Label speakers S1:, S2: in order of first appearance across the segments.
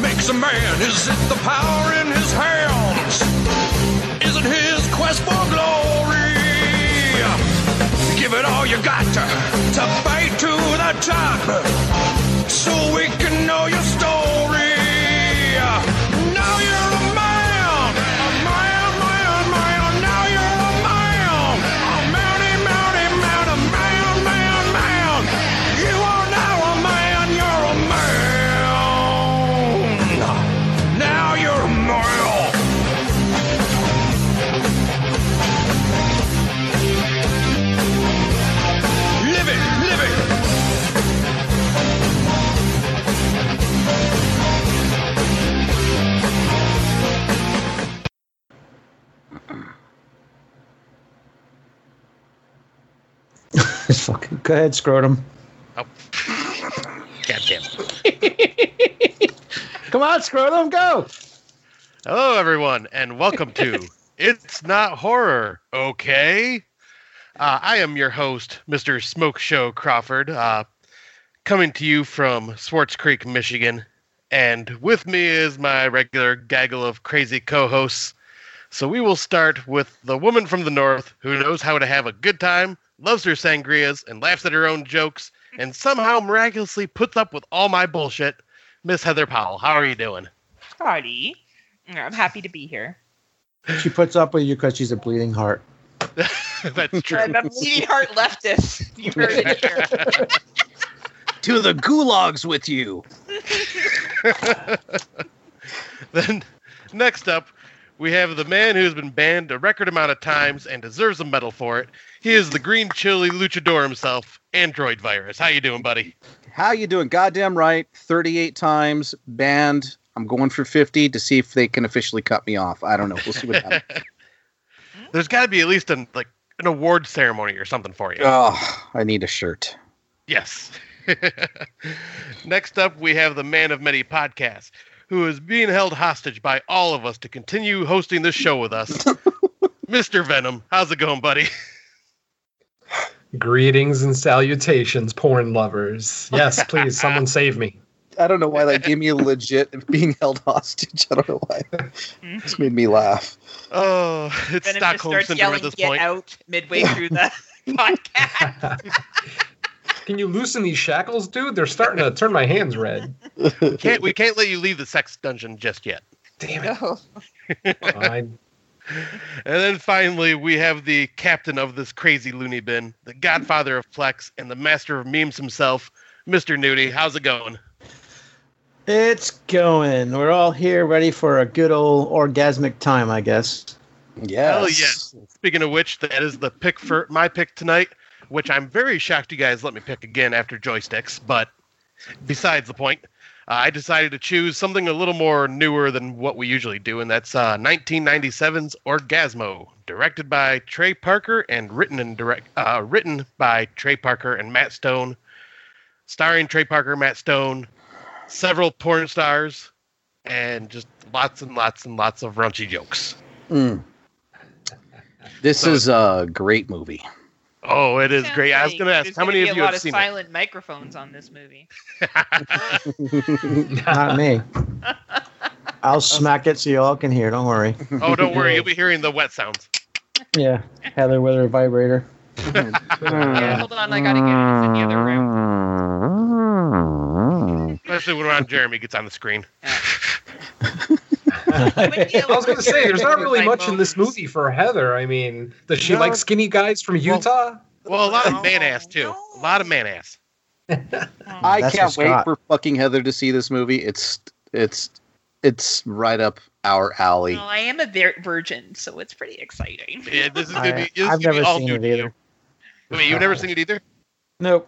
S1: man? Is it the power in his hands? Is it his quest for glory? Give it all you got to, to fight to the top so we can know your story. Now you're a man, a man, man, man. Now you're a man, a mounty, mounty, man, a man, man, man. You are now a man, you're a man. Now you're a man. Live it, live it.
S2: Fucking go ahead, scrotum.
S3: Oh. Goddamn.
S2: Come on, scrotum, go.
S3: Hello, everyone, and welcome to It's Not Horror, okay? Uh, I am your host, Mr. Smoke Show Crawford, uh, coming to you from Swartz Creek, Michigan. And with me is my regular gaggle of crazy co hosts. So we will start with the woman from the north who knows how to have a good time, loves her sangrias, and laughs at her own jokes, and somehow miraculously puts up with all my bullshit, Miss Heather Powell. How are you doing?
S4: Howdy. Mm, I'm happy to be here.
S2: She puts up with you because she's a bleeding heart.
S3: That's true.
S4: I'm a bleeding heart leftist. You heard it here.
S5: to the gulags with you.
S3: Then next up, we have the man who's been banned a record amount of times and deserves a medal for it. He is the green chili luchador himself, Android Virus. How you doing, buddy?
S5: How you doing? Goddamn right. 38 times banned. I'm going for 50 to see if they can officially cut me off. I don't know. We'll see what happens.
S3: There's got to be at least an like an award ceremony or something for you.
S5: oh, I need a shirt.
S3: Yes. Next up, we have the man of many podcasts, who is being held hostage by all of us to continue hosting this show with us. Mr. Venom, how's it going, buddy?
S6: Greetings and salutations, porn lovers. Yes, please, someone save me.
S5: I don't know why that gave me a legit being held hostage. I don't know why. It's made me laugh.
S3: Oh, it's
S4: Venom just
S3: Stockholm
S4: starts
S3: syndrome
S4: yelling,
S3: at this
S4: get
S3: point.
S4: out midway through the podcast.
S6: Can you loosen these shackles, dude? They're starting to turn my hands red.
S3: Can't we can't let you leave the sex dungeon just yet.
S6: Damn it.
S4: No.
S6: I,
S3: And then finally, we have the captain of this crazy loony bin, the godfather of Plex, and the master of memes himself, Mr. Nudie. How's it going?
S2: It's going. We're all here ready for a good old orgasmic time, I guess.
S5: Yes.
S3: Hell yes. Speaking of which, that is the pick for my pick tonight, which I'm very shocked you guys let me pick again after joysticks, but besides the point, uh, I decided to choose something a little more newer than what we usually do, and that's uh, 1997's Orgasmo, directed by Trey Parker and written and direct uh, written by Trey Parker and Matt Stone, starring Trey Parker, Matt Stone, several porn stars, and just lots and lots and lots of raunchy jokes.
S5: Mm. This
S3: So-
S5: is a great movie.
S3: Oh, it is
S4: Sounds
S3: great. I was
S4: like
S3: going to ask
S4: there's
S3: how
S4: gonna
S3: many
S4: be
S3: of you
S4: a lot
S3: have
S4: of
S3: seen it.
S4: silent microphones on this movie.
S2: Not me. I'll smack it so you all can hear. Don't worry.
S3: Oh, don't worry, you'll be hearing the wet sounds.
S2: Yeah, Heather with her vibrator.
S3: Uh,
S4: yeah, hold on, I gotta get it. It's in the other room.
S3: Especially when Ron Jeremy gets on the screen.
S6: I was going to say, there's not really much in this movie for Heather. I mean, does she
S3: No.
S6: like skinny guys from Utah?
S3: Well, a lot
S4: No,
S3: of man ass too. A lot of man ass.
S5: I
S2: That's
S5: can't
S2: for
S5: wait
S2: Scott.
S5: for fucking Heather to see this movie. It's it's it's right up our alley.
S4: Well, I am a vir- virgin, so it's pretty exciting.
S3: Yeah, this is gonna
S2: I,
S3: be. This
S2: I've
S3: is gonna be
S2: never
S3: all
S2: seen
S3: new
S2: it
S3: to you.
S2: either.
S3: Wait, you've never seen it either?
S2: Nope.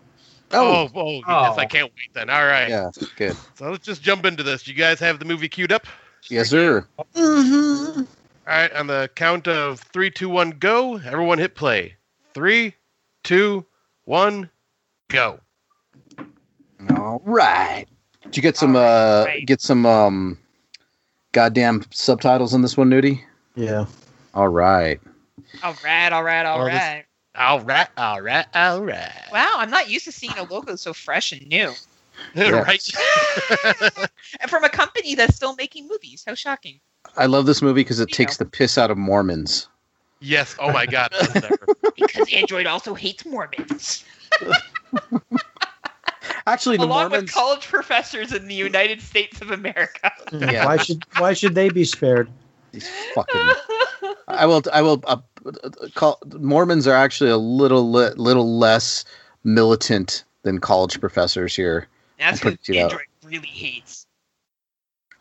S3: Oh, oh, yes,
S6: Oh.
S3: I can't wait then. All right,
S5: yeah, good.
S3: so let's just jump into this. You guys have the movie queued up.
S5: Yes, sir.
S3: All right, on the count of three, two, one, go. Everyone hit play. Three, two, one, go.
S5: All right. Did you get some
S4: All right,
S5: uh
S4: right.
S5: get some um goddamn subtitles on this one, Nudie?
S2: Yeah.
S5: All right.
S4: All right, all right, all
S3: Well, this-
S4: right.
S3: All right, all right, all right.
S4: Wow, I'm not used to seeing a logo so fresh and new.
S3: right?
S4: And from a company that's still making movies. How shocking.
S5: I love this movie because it
S4: You
S5: takes the piss out of Mormons.
S3: yes. Oh my God. that's never-
S4: Because Android also hates Mormons.
S5: Actually, the
S4: Along
S5: Mormons.
S4: with college professors in the United States of America.
S5: Yeah.
S2: Why should why should they be spared?
S5: these fucking. I will. I will. Uh, call Mormons are actually a little li- little less militant than college professors here.
S4: that's
S5: I'll
S4: who
S5: put you out.
S4: Android really hates.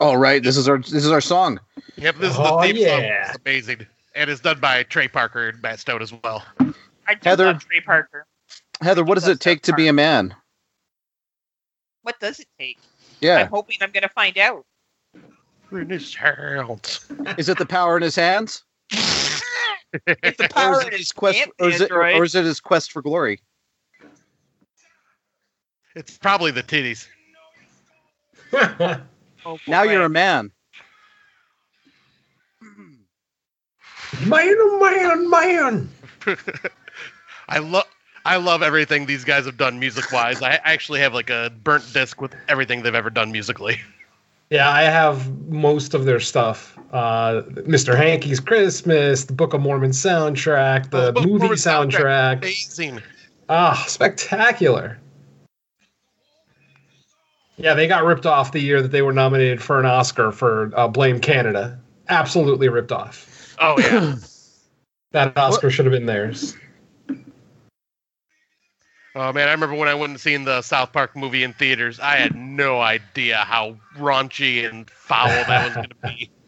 S5: Oh right, this is our this is our song.
S3: Yep. This is the
S6: Oh,
S3: theme song.
S6: yeah.
S3: It's amazing, and it's done by Trey Parker and Matt Stone as well.
S4: I do
S5: Heather-
S4: love Trey Parker.
S5: Heather, what does it take to be a man?
S4: What does it take? I'm
S5: Yeah,
S4: hoping I'm going to find out.
S3: In his hands.
S5: is it the power in his hands?
S4: If the
S5: Or
S4: power
S5: is it
S4: is
S5: his quest?
S4: and
S5: Or is it?
S4: Android.
S5: Or is it his quest for glory?
S3: It's probably the titties.
S4: Oh,
S5: Now
S4: boy.
S5: you're a man.
S6: man, man, man.
S3: I love. I love everything these guys have done music wise. I actually have like a burnt disc with everything they've ever done musically.
S6: Yeah, I have most of their stuff. Uh, Mr. Hanky's Christmas, the Book of Mormon soundtrack, the
S3: Book of
S6: movie
S3: Mormon soundtrack.
S6: soundtrack.
S3: Amazing.
S6: Ah, spectacular. Yeah, they got ripped off the year that they were nominated for an Oscar for uh, Blame Canada. Absolutely ripped off.
S3: Oh yeah.
S6: That Oscar should have been theirs.
S3: Oh man, I remember when I went and seen the South Park movie in theaters. I had no idea how raunchy and foul that was going to be.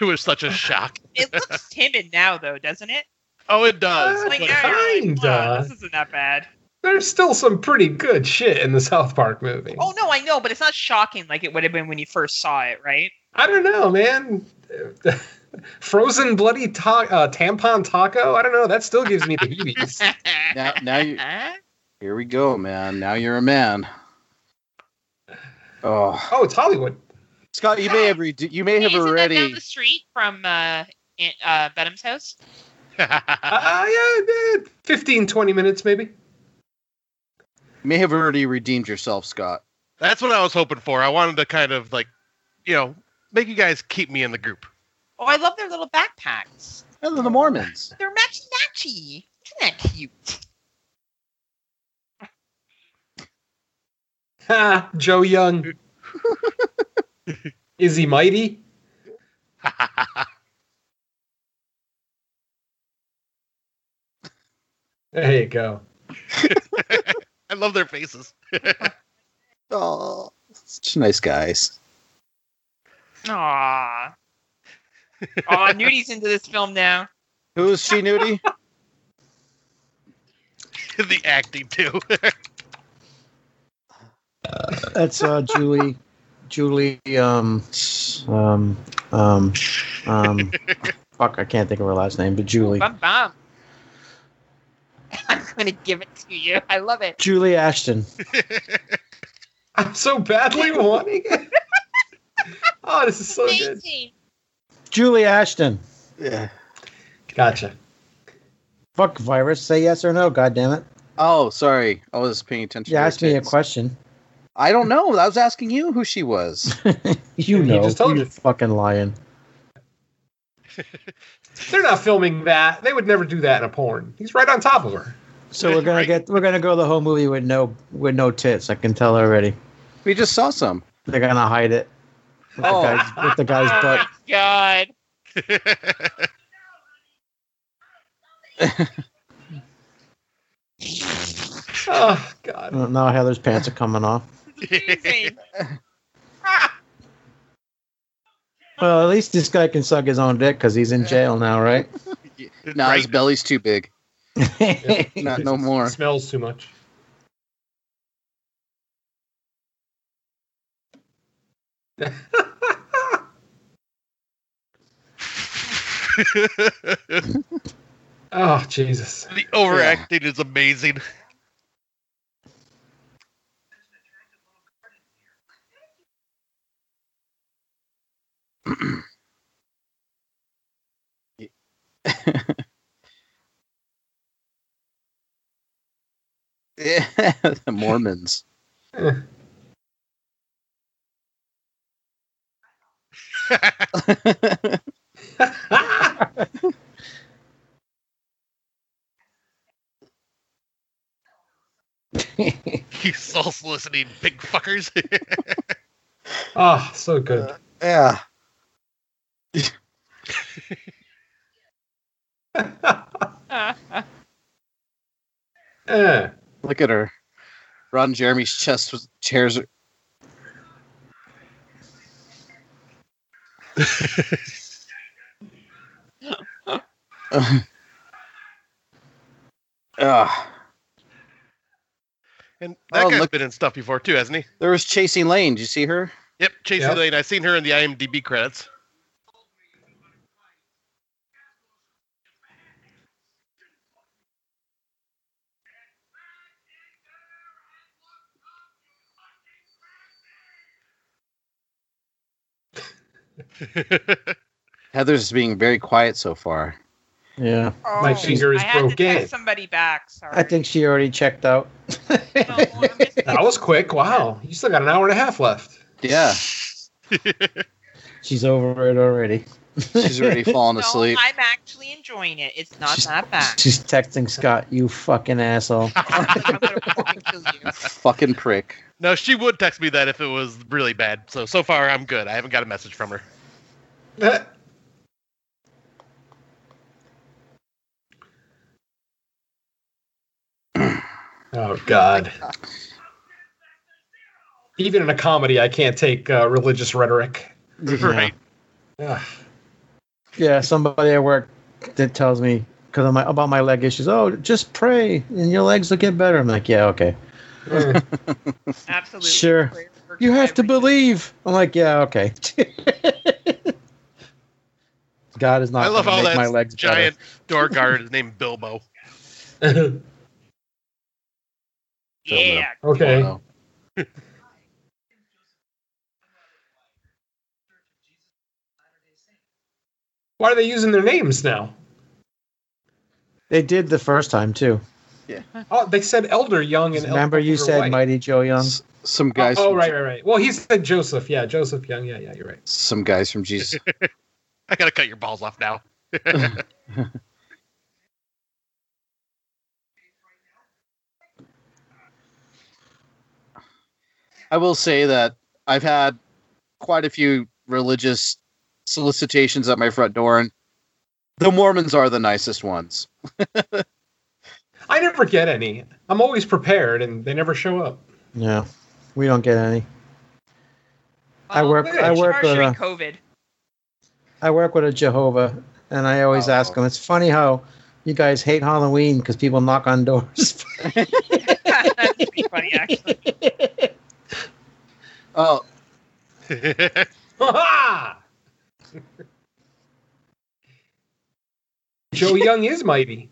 S3: It was such a shock.
S4: It looks timid now, though, doesn't it?
S3: Oh, it does.
S4: It's like,
S3: but-
S4: yeah, you're like,
S6: Kinda.
S4: "Whoa, this isn't that bad.
S6: There's still some pretty good shit in the South Park movie.
S4: Oh no, I know, but it's not shocking like it would have been when you first saw it, right?
S6: I don't know, man. Frozen bloody ta- uh, tampon taco. I don't know. That still gives me the heebies.
S5: Now, now you.
S4: Huh?
S5: Here we go, man. Now you're a man. Oh,
S6: Oh, it's Hollywood.
S5: Scott, you may have re- you may have
S4: Hey, isn't that down
S5: already.
S4: the street from uh, Aunt, uh, Venom's house?
S6: Uh, yeah, eh, 15, 20 minutes maybe.
S5: You may have already redeemed yourself, Scott.
S3: That's what I was hoping for. I wanted to kind of like, you know, make you guys keep me in the group.
S4: Oh, I love their little backpacks.
S5: And then the Mormons.
S4: They're matchy matchy. Isn't that cute?
S6: Ha, Joe Young. Is he mighty? There you go.
S3: I love their faces.
S5: Oh, such nice guys.
S4: Aww. Aw, Nudie's into this film now.
S5: Who is she, Nudie?
S3: the acting too.
S2: That's uh, Julie Julie um um um um fuck I can't think of her last name, but Julie.
S4: Bum bum. I'm gonna give it to you. I love it.
S2: Julie Ashton.
S6: I'm so badly wanting it. Oh, this is so good.
S4: Amazing.
S2: Julie Ashton.
S5: yeah.
S6: Gotcha.
S2: Fuck virus. Say yes or no, God damn it.
S5: Oh, sorry. I was paying attention.
S2: You
S5: to your
S2: asked me a
S5: tits.
S2: question.
S5: I don't know. I was asking you who she was.
S2: You
S6: He
S2: know,
S6: just told
S2: you
S6: you.
S2: fucking lying.
S6: They're not filming that. They would never do that in a porn. He's right on top of her.
S2: So we're gonna
S3: Right.
S2: get we're gonna go the whole movie with no with no tits. I can tell already.
S5: we just saw some.
S2: They're gonna hide it with,
S5: Oh.
S2: the, guy's, with the guy's
S4: Oh
S2: butt.
S4: my god.
S6: Oh God.
S2: Uh, Now Heather's pants are coming off.
S4: Amazing. Ah,
S2: Well, at least this guy can suck his own dick because he's in jail now, right?
S5: No, his
S3: Right?
S5: belly's too big. Not no more.
S6: Smells too much. Oh Jesus.
S3: the overacting is amazing.
S5: the Mormons.
S3: you soul soliciting big fuckers.
S6: Ah, so good.
S5: yeah.
S4: Oh,
S6: Eh.
S5: Look at her. Ron Jeremy's chest was chairs. Ah,
S3: and that
S5: Oh,
S3: guy's
S5: look-
S3: been in stuff before too, hasn't he?
S5: there was Chasing Lane. Did you see her?
S3: Yep, Chasing
S6: Yep.
S3: Lane. I've seen her in the IMDb credits.
S5: Heather's being very quiet so far.
S2: Yeah.
S6: My finger is
S4: I had to
S6: broken.
S4: text somebody back. Sorry.
S2: I think she already checked out.
S4: No, I'm just-
S6: That was quick. Wow. You still got an hour and a half left.
S5: Yeah,
S2: She's over it already.
S5: she's already fallen
S4: no,
S5: asleep.
S4: I'm actually enjoying it. It's not
S2: She's-
S4: that bad.
S2: She's texting Scott, you fucking asshole.
S4: I'm gonna fucking kill you.
S5: Fucking prick.
S3: no, she would text me that if it was really bad. So so far I'm good. I haven't got a message from her.
S6: Eh. oh God. Even in a comedy, I can't take uh, religious rhetoric.
S3: Right.
S6: Ugh.
S2: Yeah, somebody at work that tells me because I'm about my leg issues. Oh, just pray and your legs will get better. I'm like, yeah, okay.
S6: Eh.
S4: Absolutely.
S2: Sure.
S4: Prayer works
S2: You have to
S4: everything.
S2: believe. I'm like, yeah, okay. God is not.
S3: I love
S2: gonna
S3: all
S2: make
S3: that
S2: my legs
S3: giant door guard is named Bilbo.
S4: Yeah.
S6: okay.
S5: Wow.
S6: Why are they using their names now?
S2: Better. They did the first time too.
S6: Oh, they said Elder Young and
S2: Remember,
S6: Elder
S2: you said
S6: White.
S2: Mighty Joe Young.
S5: S- Some guys.
S6: Oh, oh,
S5: from-
S6: right, right, right. Well, he said Joseph. Yeah, Joseph Young. Yeah, yeah, you're right.
S5: Some guys from Jesus.
S3: I gotta cut your balls off now.
S5: I will say that I've had quite a few religious solicitations at my front door, and the Mormons are the nicest ones.
S6: I never get any. I'm always prepared, and they never show up.
S2: Yeah, we don't get any. I
S4: Well,
S2: work-
S4: we're
S6: I
S2: work uh,
S4: partially
S2: on a-
S4: COVID.
S2: I work with a Jehovah, and I always ask him. It's funny how you guys hate Halloween because people knock on doors.
S4: That's pretty funny, actually.
S5: Oh,
S6: Ha-ha! Joe Young is mighty.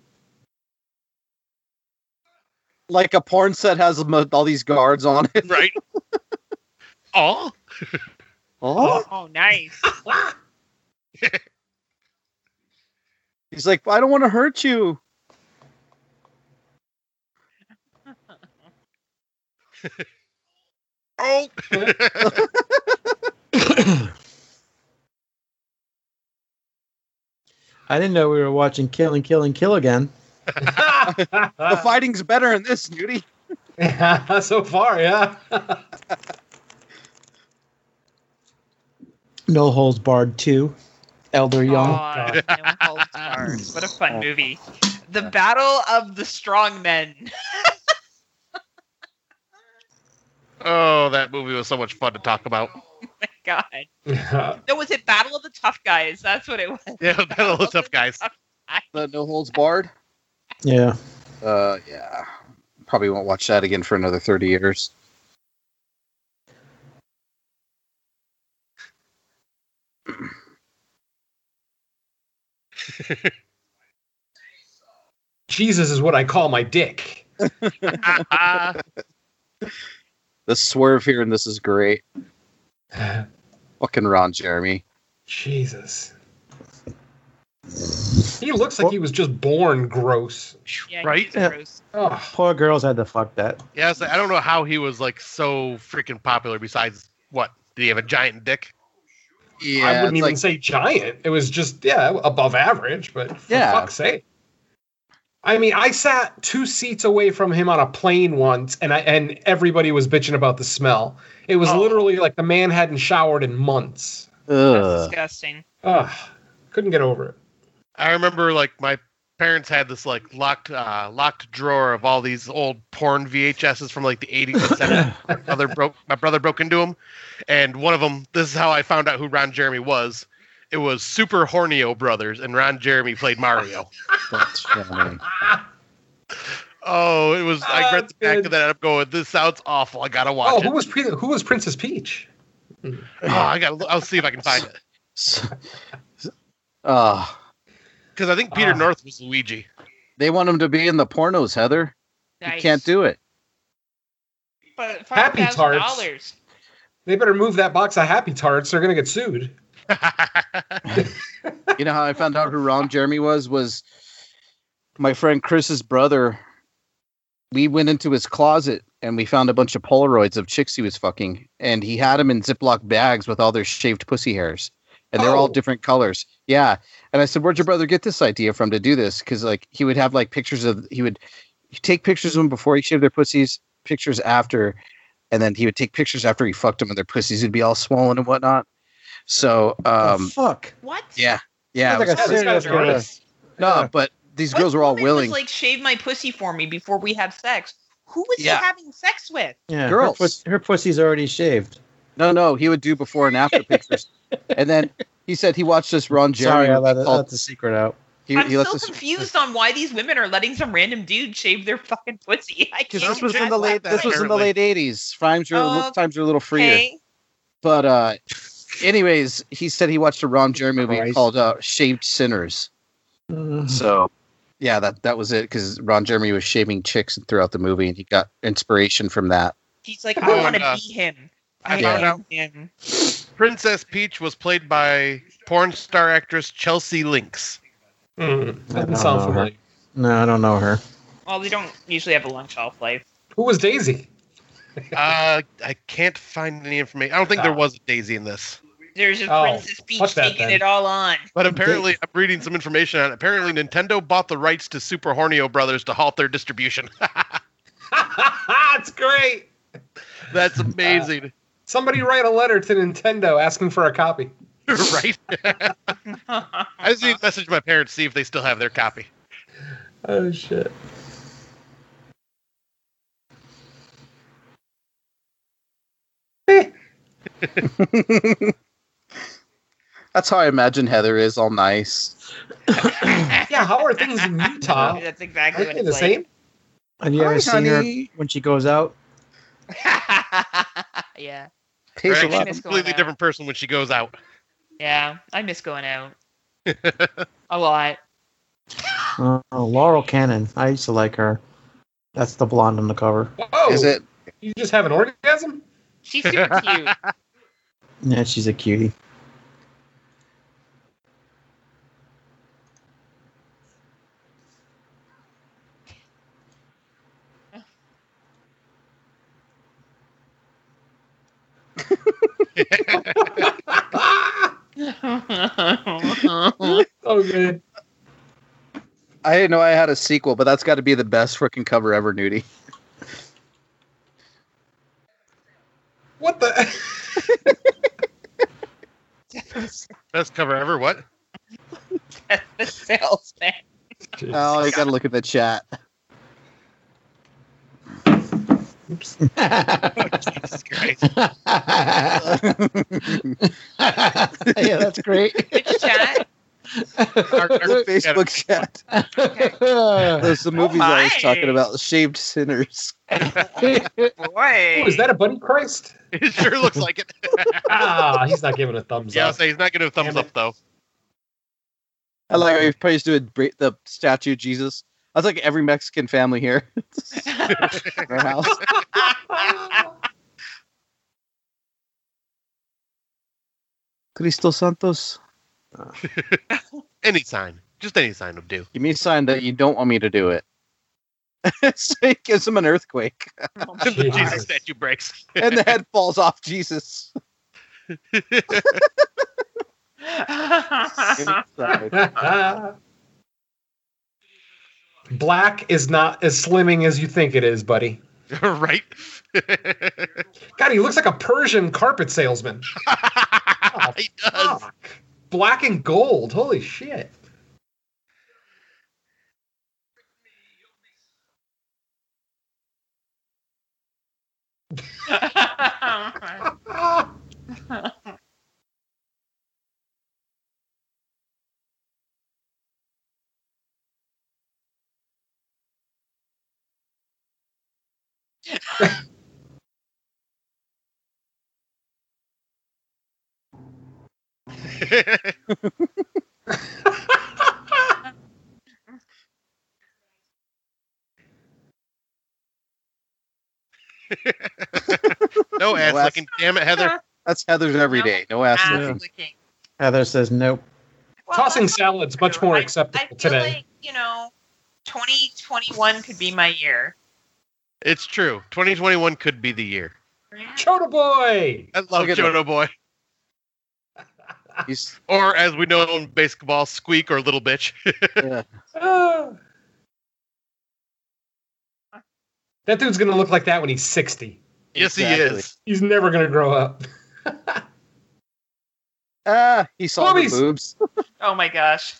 S5: like a porn set has mo- all these guards on it.
S3: right? All?
S5: Oh,
S4: Oh, nice.
S5: he's like, I don't want to hurt you.
S3: Oh!
S2: I didn't know we were watching Kill and Kill and Kill again.
S5: the fighting's better in this, Nudie.
S6: so far, yeah.
S2: No Holds Barred two, Elder Young. Oh.
S4: Aw, No Holds Barred. what a fun movie. The Battle of the Strong Men.
S3: oh, that movie was so much fun to talk about.
S4: Oh God. No, was it Battle of the Tough Guys? That's what it was.
S3: Yeah, Battle of the Tough Guys.
S5: The no holds barred.
S2: Yeah.
S5: Uh, yeah, probably won't watch that again for another thirty years.
S6: Jesus is what I call my dick.
S5: The swerve here and this is great. Fucking Ron Jeremy.
S6: Jesus. He looks like he was just born gross.
S4: Yeah,
S3: Right?
S4: he's gross.
S6: Oh,
S2: Poor girls had to fuck that.
S3: yeah, I, was like, I don't know how he was like so freaking popular besides what? Did he have a giant dick?
S5: Yeah,
S6: I wouldn't
S5: it's
S6: even
S5: like-
S6: say giant. It was just yeah, above average, but for
S5: Yeah.
S6: fuck's sake. I mean, I sat two seats away from him on a plane once, and I and everybody was bitching about the smell. It was
S4: Oh.
S6: literally like the man hadn't showered in months.
S2: Uh,
S4: That's
S5: Ugh.
S4: disgusting.
S6: Ugh, couldn't get over it.
S3: I remember like my parents had this like locked uh, locked drawer of all these old porn VHSs from like the 80s and 70s. my brother broke my brother broke into them, and one of them. This is how I found out who Ron Jeremy was. It was Super Hornio Brothers, and Ron Jeremy played Mario.
S5: That's funny.
S3: Oh, it was. I
S6: Ah,
S3: read the back
S6: good.
S3: of that. I'm going. This sounds awful. I gotta watch
S6: oh,
S3: it.
S6: who was Pri- who was Princess Peach?
S3: Oh, I gotta. I'll see if I can find it
S5: S- s- uh,
S3: because I think Peter
S6: Ah.
S3: North was Luigi.
S5: they want him to be in the pornos, Heather. You
S4: Nice.
S5: can't do it.
S4: But
S6: Happy
S4: $5,000.
S6: tarts. They better move that box of Happy Tarts. They're gonna get sued.
S5: You know how I found out who Ron Jeremy was? Was my friend Chris's brother. We went into his closet and we found a bunch of Polaroids of chicks he was fucking, and he had them in Ziploc bags with all their shaved pussy hairs, and they're all
S6: Oh.
S5: different colors. Yeah, and I said, "Where'd your brother get this idea from to do this?" Because like he would have like pictures of he would he'd take pictures of them before he shaved their pussies, pictures after, and then he would take pictures after he fucked them and their pussies would be all swollen and whatnot. So
S2: Oh,
S5: um,
S2: fuck.
S4: What?
S5: yeah, yeah,
S2: I
S5: it
S2: think I
S5: was
S6: Those
S2: said
S6: guys
S2: that's
S6: are
S2: gonna-
S6: nice.
S2: uh,
S5: no, but these
S4: What
S5: girls were all
S4: woman
S5: willing.
S4: Was like shave my pussy for me before we had sex. Who was
S5: Yeah.
S4: he having sex with?
S2: Yeah,
S5: Girls.
S2: Her, pus- her pussy's already shaved.
S5: no, no, he would do before and after pictures. And then he said he watched this Ron Jeremy.
S2: Sorry, I let, it,
S5: called-
S2: let the secret out.
S5: he,
S4: I'm
S5: he
S4: so
S5: left this-
S4: confused on why these women are letting some random dude shave their fucking pussy. I can't.
S5: 'cause this was in
S4: get
S5: the
S4: why
S5: late. This
S4: that's
S5: was in the
S3: Apparently.
S5: late '80s. Times were a little-
S4: Okay.
S5: times were a little freer.
S4: okay.
S5: But uh, anyways, he said he watched a Ron Jeremy movie
S2: Christ.
S5: called uh, "Shaved Sinners."
S2: Mm.
S5: So, yeah, that that was it because Ron Jeremy was shaving chicks throughout the movie, and he got inspiration from that.
S4: He's like,
S3: Oh,
S4: I want to
S3: uh,
S4: be him.
S3: I
S5: Yeah.
S3: found out
S4: am him.
S3: Princess Peach was played by porn star actress Chelsea Links.
S6: Mm,
S2: I don't
S6: doesn't sound
S2: know her.
S6: familiar.
S2: No, I don't know her.
S4: Well, they don't usually have a long shelf life.
S6: Who was Daisy?
S3: Uh, I can't find any information. I don't think there was a Daisy in this,
S4: There's just
S6: Oh,
S4: Princess Peach
S6: fuck that
S4: taking
S6: then.
S4: it all on.
S3: but apparently, I'm reading some information on it. Apparently, Nintendo bought the rights to Super Hornio Brothers to halt their distribution.
S6: That's great.
S3: That's amazing,
S6: Somebody write a letter to Nintendo asking for a copy.
S3: right? I just need to message my parents see if they still have their copy.
S6: Oh shit.
S5: That's how I imagine Heather is, all nice.
S6: Yeah, how are things in Utah?
S4: That's exactly
S6: Aren't
S4: what
S6: they
S4: it's
S6: the same?
S2: And you
S5: Hi,
S2: ever seen her
S5: honey.
S2: when she goes out?
S4: like. yeah.
S5: Pays a
S3: Actually,
S5: lot.
S3: she's
S4: Miss
S3: a completely
S4: going out.
S3: different person when she goes out.
S4: Yeah. I miss going out. a lot.
S2: Uh, Laurel Cannon. I used to like her. That's the blonde on the cover.
S6: Whoa.
S5: Is it?
S6: You just have an orgasm?
S4: She's super cute.
S2: Yeah, she's a cutie.
S6: Oh good.
S5: I didn't know I had a sequel, but that's got to be the best freaking cover ever, Nudie.
S6: What the
S3: Best cover ever. What?
S4: the salesman.
S5: Oh, you got to look at the chat.
S3: Jesus Christ.
S2: yeah, that's great.
S4: Which chat?
S3: Our- our-
S5: The Facebook chat. Those the movies I was talking
S4: my.
S5: about, Shaved Sinners.
S4: Boy.
S6: Oh, is that a Buddy Christ?
S3: It sure looks like it.
S6: Ah, he's not giving a thumbs
S3: Yeah, I'll
S6: up.
S3: say he's not going to thumbs
S6: Damn it.
S3: up though.
S5: I like how you praised to bra- the statue of Jesus. That's like every Mexican family here. in our house. Cristo Santos.
S3: Any sign, just any sign would do.
S5: Give me a sign that you don't want me to do it. so he gives him an earthquake,
S3: The Jesus
S6: Jesus.
S3: statue breaks.
S5: and the head falls off Jesus.
S6: Black is not as slimming as you think it is, buddy.
S3: right?
S6: God, he looks like a Persian carpet salesman.
S3: he does.
S6: Fuck. Black and gold. Holy shit. Ah.
S3: no ass
S5: ass.
S3: looking. Damn it, Heather.
S5: That's Heather's every day. No ass.
S2: Yeah.
S5: lifting.
S4: licking.
S2: Heather says nope.
S4: Well,
S6: Tossing
S4: that's not
S6: salads much
S4: true.
S6: more
S4: I-
S6: acceptable
S4: I feel
S6: today.
S4: like, you know, 2021 could be my year.
S3: It's true. 2021 could be the year.
S6: Chota boy.
S3: I love
S5: Look at him.
S3: Jodo Boy.
S5: He's
S3: Or as we know in basketball, Squeak or Little Bitch.
S6: Ah. That dude's gonna look like that when he's sixty.
S3: yes, he
S5: Exactly.
S3: is.
S6: He's never gonna grow up.
S5: ah, he saw
S6: Boobies.
S5: the boobs.
S4: Oh my gosh.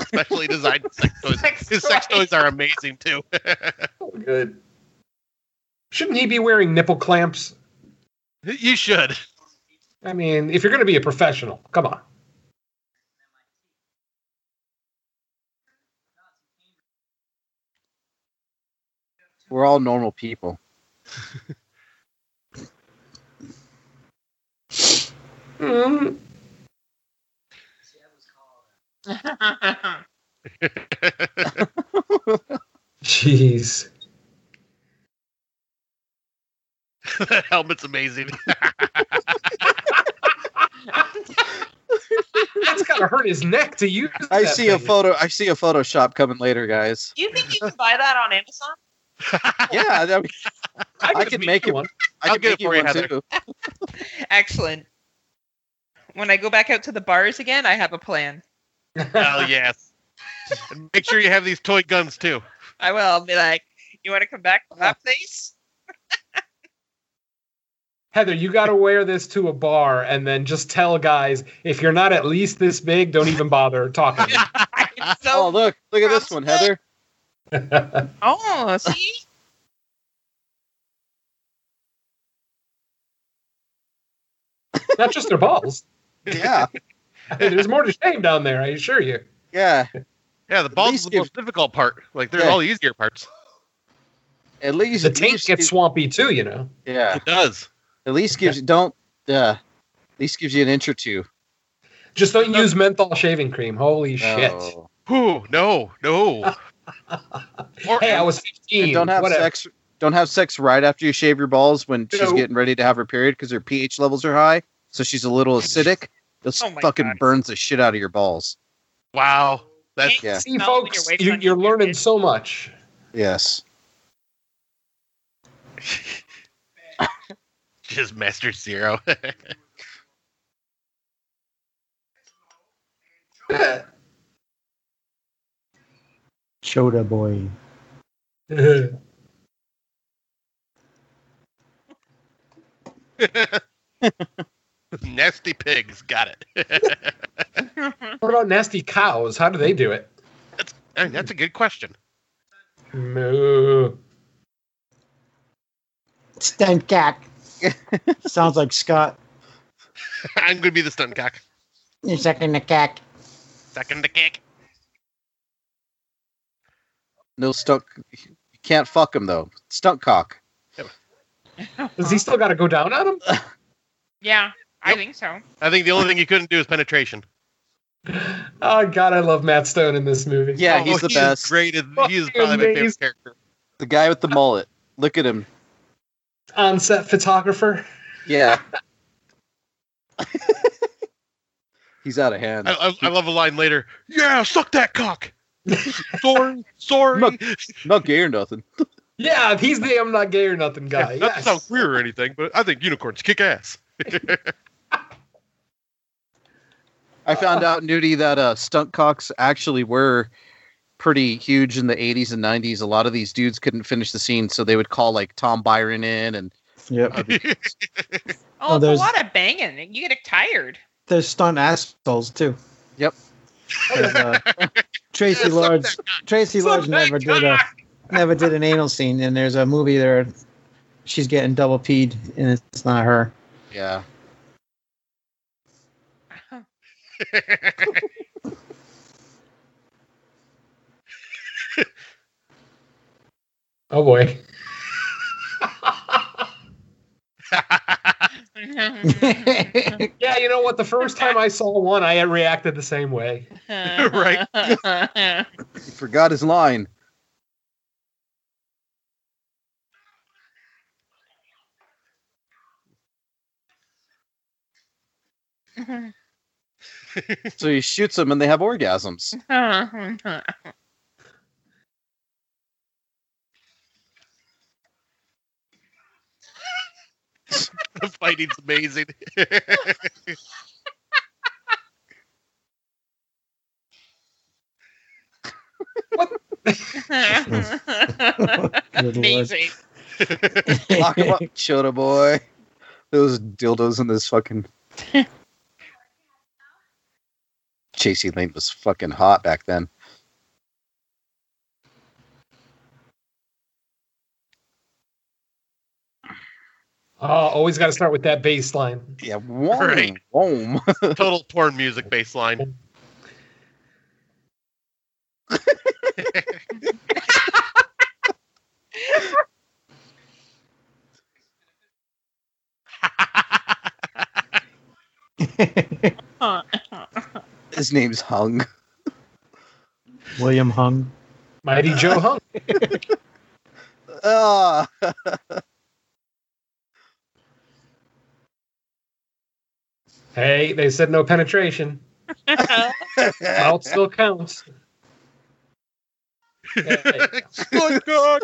S3: Specially designed sex toys.
S4: Sex
S3: His sex
S4: toy.
S3: toys are amazing too.
S6: Oh, good. Shouldn't he be wearing nipple clamps?
S3: you should.
S6: I mean, if you're gonna be a professional, come on.
S5: We're all normal people. Mm-hmm.
S6: Mm. Jeez.
S3: that helmet's amazing.
S6: That's gotta hurt his neck to use.
S5: I
S6: that
S5: see a
S6: thing.
S5: photo. I see a Photoshop coming later, guys.
S4: you think you can buy that on Amazon?
S5: Yeah, that, I
S6: could
S5: could
S6: make
S5: make
S6: you
S5: it-
S6: one.
S5: I
S3: I'll
S5: can
S3: get it
S5: make you
S3: for you,
S5: one
S3: Heather.
S5: too.
S4: Excellent. When I go back out to the bars again, I have a plan.
S3: Hell yes. And make sure you have these toy guns too.
S4: I will. I'll be like, you want to come back to that place?
S6: Heather, you got to wear this to a bar and then just tell guys if you're not at least this big, don't even bother talking.
S4: It's so,
S5: Oh, look, look at this one, Heather.
S4: oh, see?
S6: not just their balls.
S5: Yeah,
S6: There's more to shame down there, I assure you.
S5: yeah.
S3: Yeah, the balls is
S5: least
S3: the most difficult part. Like they're
S5: Yeah.
S3: all the easier parts.
S5: At least
S6: The
S5: at
S6: tank
S5: least
S6: gets
S5: give-
S6: swampy too, you know.
S5: Yeah,
S3: It does.
S5: at least gives you don't. Uh, at least gives you an inch or two.
S6: Just don't use menthol shaving cream. Holy shit.
S5: No.
S3: Whew, no, no. Or-
S6: Hey, I was 15.
S5: And don't have
S6: whatever.
S5: sex. Don't have sex right after you shave your balls when she's
S6: No.
S5: getting ready to have her period because her pH levels are high, so she's a little acidic. This
S4: Oh my
S5: fucking
S4: God.
S5: burns the shit out of your balls.
S3: wow. That's
S5: Yeah.
S6: See,
S4: Smell when
S6: folks,
S4: your wave's
S6: you,
S4: on
S6: you're
S4: your
S6: learning
S4: period.
S6: so much.
S5: Yes.
S3: just Master Zero.
S2: Chota boy.
S6: He's
S3: Nasty pigs, got it.
S6: What about nasty cows? How do they do it?
S3: I mean, that's a good question.
S6: Moo.
S2: Stunt cat. Sounds like Scott.
S3: I'm gonna be the stunt cock.
S2: You're sucking the cack.
S3: Second the kick.
S5: No stunk. You can't fuck him though. Stunk cock.
S6: Does he still got to go down on him?
S4: Yeah, I
S3: Yep.
S4: think so.
S3: I think the only thing you couldn't do is penetration.
S6: Oh, God, I love Matt Stone in this movie.
S5: Yeah, he's
S3: Oh,
S5: the
S3: he is
S5: best.
S3: Great. at- He is
S6: Fucking
S3: probably my favorite
S6: amazing.
S3: character.
S5: The guy with the mullet. Look at him.
S6: On set photographer.
S5: Yeah. He's out of hand.
S3: I, I, I love a line later. Yeah, suck that cock. sorry, sorry.
S5: Look, Not gay or nothing.
S6: Yeah, he's the I'm not gay or nothing guy.
S3: Not to
S6: yes.
S3: sound queer or anything, but I think unicorns kick ass.
S5: I found out, Nudie, that uh, stunt cocks actually were pretty huge in the 80s and 90s. A lot of these dudes couldn't finish the scene, so they would call like Tom Byron in, and
S2: Yep.
S4: Oh,
S2: Oh,
S4: it's a
S2: there's-
S4: lot of banging. You get tired.
S2: There's stunt assholes too.
S5: Yep.
S2: 'Cause, uh, Tracy
S3: Yeah,
S2: Lords. Tracy Lords
S3: Suck that
S2: never did a never did an anal scene, and there's a movie there. She's getting double peed, and it's not her.
S5: yeah,
S6: Oh boy.
S2: That's
S6: Yeah, you know what? The first time I saw one, I reacted the same way.
S3: Right.
S5: he forgot his line. So he shoots them, and they have orgasms.
S3: the fighting's amazing.
S2: Good lord.
S4: Amazing.
S5: Lock him up, Chota boy. Those dildos in this fucking. JC Lane was fucking hot back then.
S6: Oh, always got to start with that bass line.
S5: Yeah, wom,
S3: Right.
S5: wom.
S3: Total porn music baseline.
S5: His name's Hung.
S2: William Hung.
S6: Mighty Joe Hung.
S5: Ah.
S6: Hey, they said no penetration. Mouth still counts. Hey,
S3: Good cock.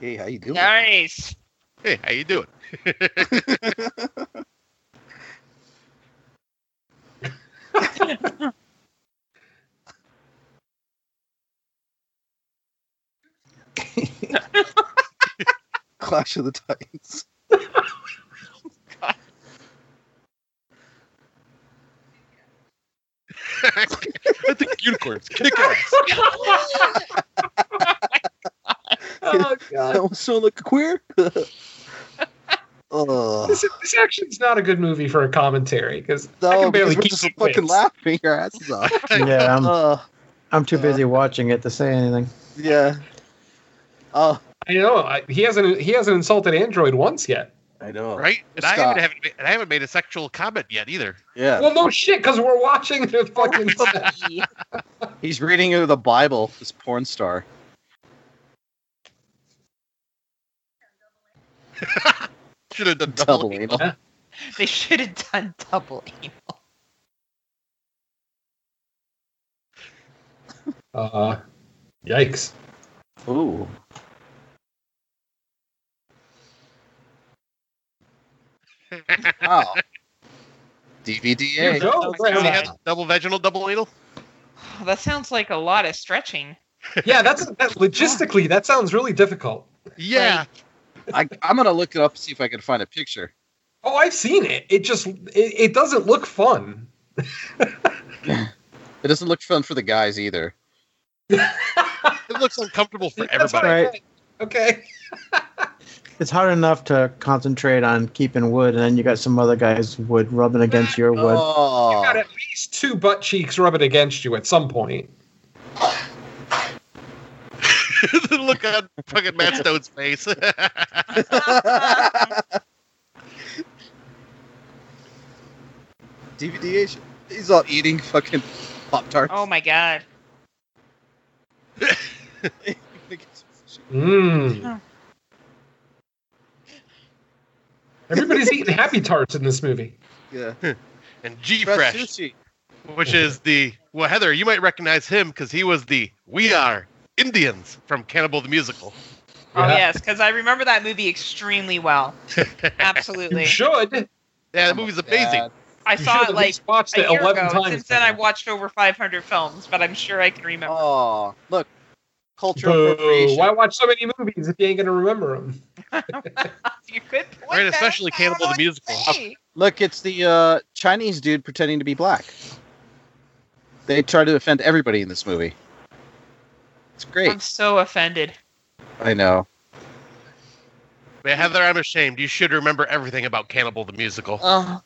S5: hey, how you doing?
S4: nice.
S3: Hey, how you doing?
S5: Clash of the Titans.
S3: I think unicorns kick ass.
S6: oh,
S5: I
S6: God.
S5: don't sound like a queer. Oh,
S6: This, this action's not a good movie for a commentary because
S5: no,
S6: I can
S5: because
S6: barely
S5: we're
S6: keep
S5: just
S6: from
S5: fucking
S6: wits.
S5: laughing your asses off.
S2: Yeah, I'm,
S5: Oh,
S2: I'm too busy watching it to say anything.
S5: yeah. Oh,
S6: I know I, he hasn't he hasn't insulted Android once yet.
S5: I know.
S3: Right? And I
S5: Stop.
S3: haven't, haven't made, and I haven't made a sexual comment yet either.
S5: Yeah.
S6: Well, no shit, because we're watching the fucking.
S5: He's reading out of the Bible, this porn star.
S3: Should have done double.
S5: Double anal.
S4: they should have done double aim.
S6: uh, yikes!
S5: Ooh. wow.
S6: Here
S5: DVDA.
S6: you go,
S3: Does he
S6: Grandma.
S3: have double vaginal, double anal?
S4: That sounds like a lot of stretching.
S6: Yeah, that's that, logistically that sounds really difficult.
S3: Yeah.
S5: I, I'm gonna look it up and see if I can find a picture.
S6: Oh, I've seen it. It just it, it doesn't look fun.
S5: It doesn't look fun for the guys either.
S3: It looks uncomfortable for
S6: That's what
S3: everybody.
S6: I
S2: Right.
S6: meant. Okay.
S2: It's hard enough to concentrate on keeping wood, and then you got some other guy's wood rubbing against your wood.
S5: Oh,
S6: Got at least two butt cheeks rubbing against you at some point.
S3: The Look on fucking Matt Stone's face.
S5: DVDA. He's all eating fucking pop tarts.
S4: Oh my god.
S6: Hmm. Mmm. Everybody's eating Happy Tarts in this movie.
S5: Yeah.
S3: and G
S5: Fresh
S3: Fresh,
S5: sushi.
S3: which is the well, Heather, you might recognize him because he was the We Are Indians from Cannibal the Musical.
S4: Oh
S6: Yeah.
S4: yes, because I remember that movie extremely well. Absolutely.
S6: You should.
S5: Oh
S3: Yeah, the movie's amazing.
S5: Bad.
S4: I
S6: You
S4: saw
S6: should
S4: it
S6: at
S4: like
S6: least watched
S4: a
S6: it
S4: year
S6: eleven
S4: ago.
S6: times.
S4: Since then, I watched over 500 films, but I'm sure I can remember.
S5: Oh, look, cultural
S6: Boo.
S5: appropriation.
S6: Why watch so many movies if you ain't gonna remember them?
S4: You could point
S3: Right,
S4: that
S3: especially
S4: out
S3: Cannibal the
S4: on
S3: Musical. Oh,
S4: me.
S5: Look, it's the uh, Chinese dude pretending to be black. They try to offend everybody in this movie. It's
S4: I'm
S5: great.
S4: so offended.
S5: I know.
S3: But Heather, I'm ashamed. You should remember everything about Cannibal the Musical.
S5: Uh,
S4: Oh,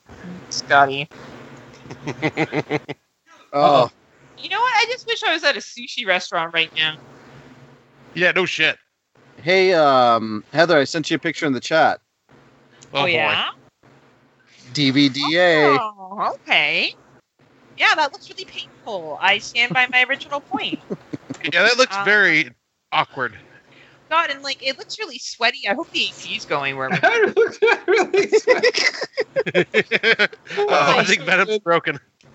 S4: Scotty.
S5: Oh,
S4: You know what? I just wish I was at a sushi restaurant right now.
S3: Yeah, no shit.
S5: oh, hey, um, Heather, I sent you a picture in the chat.
S3: Oh,
S4: oh yeah.
S5: DVDA.
S4: Oh, okay. Yeah, that looks really painful. I stand by my original point.
S3: boy. Yeah, that looks
S4: Uh,
S3: very awkward.
S4: God, and like it looks really sweaty. I hope the AC's going where.
S3: Oh, I think Venom's broken.
S5: You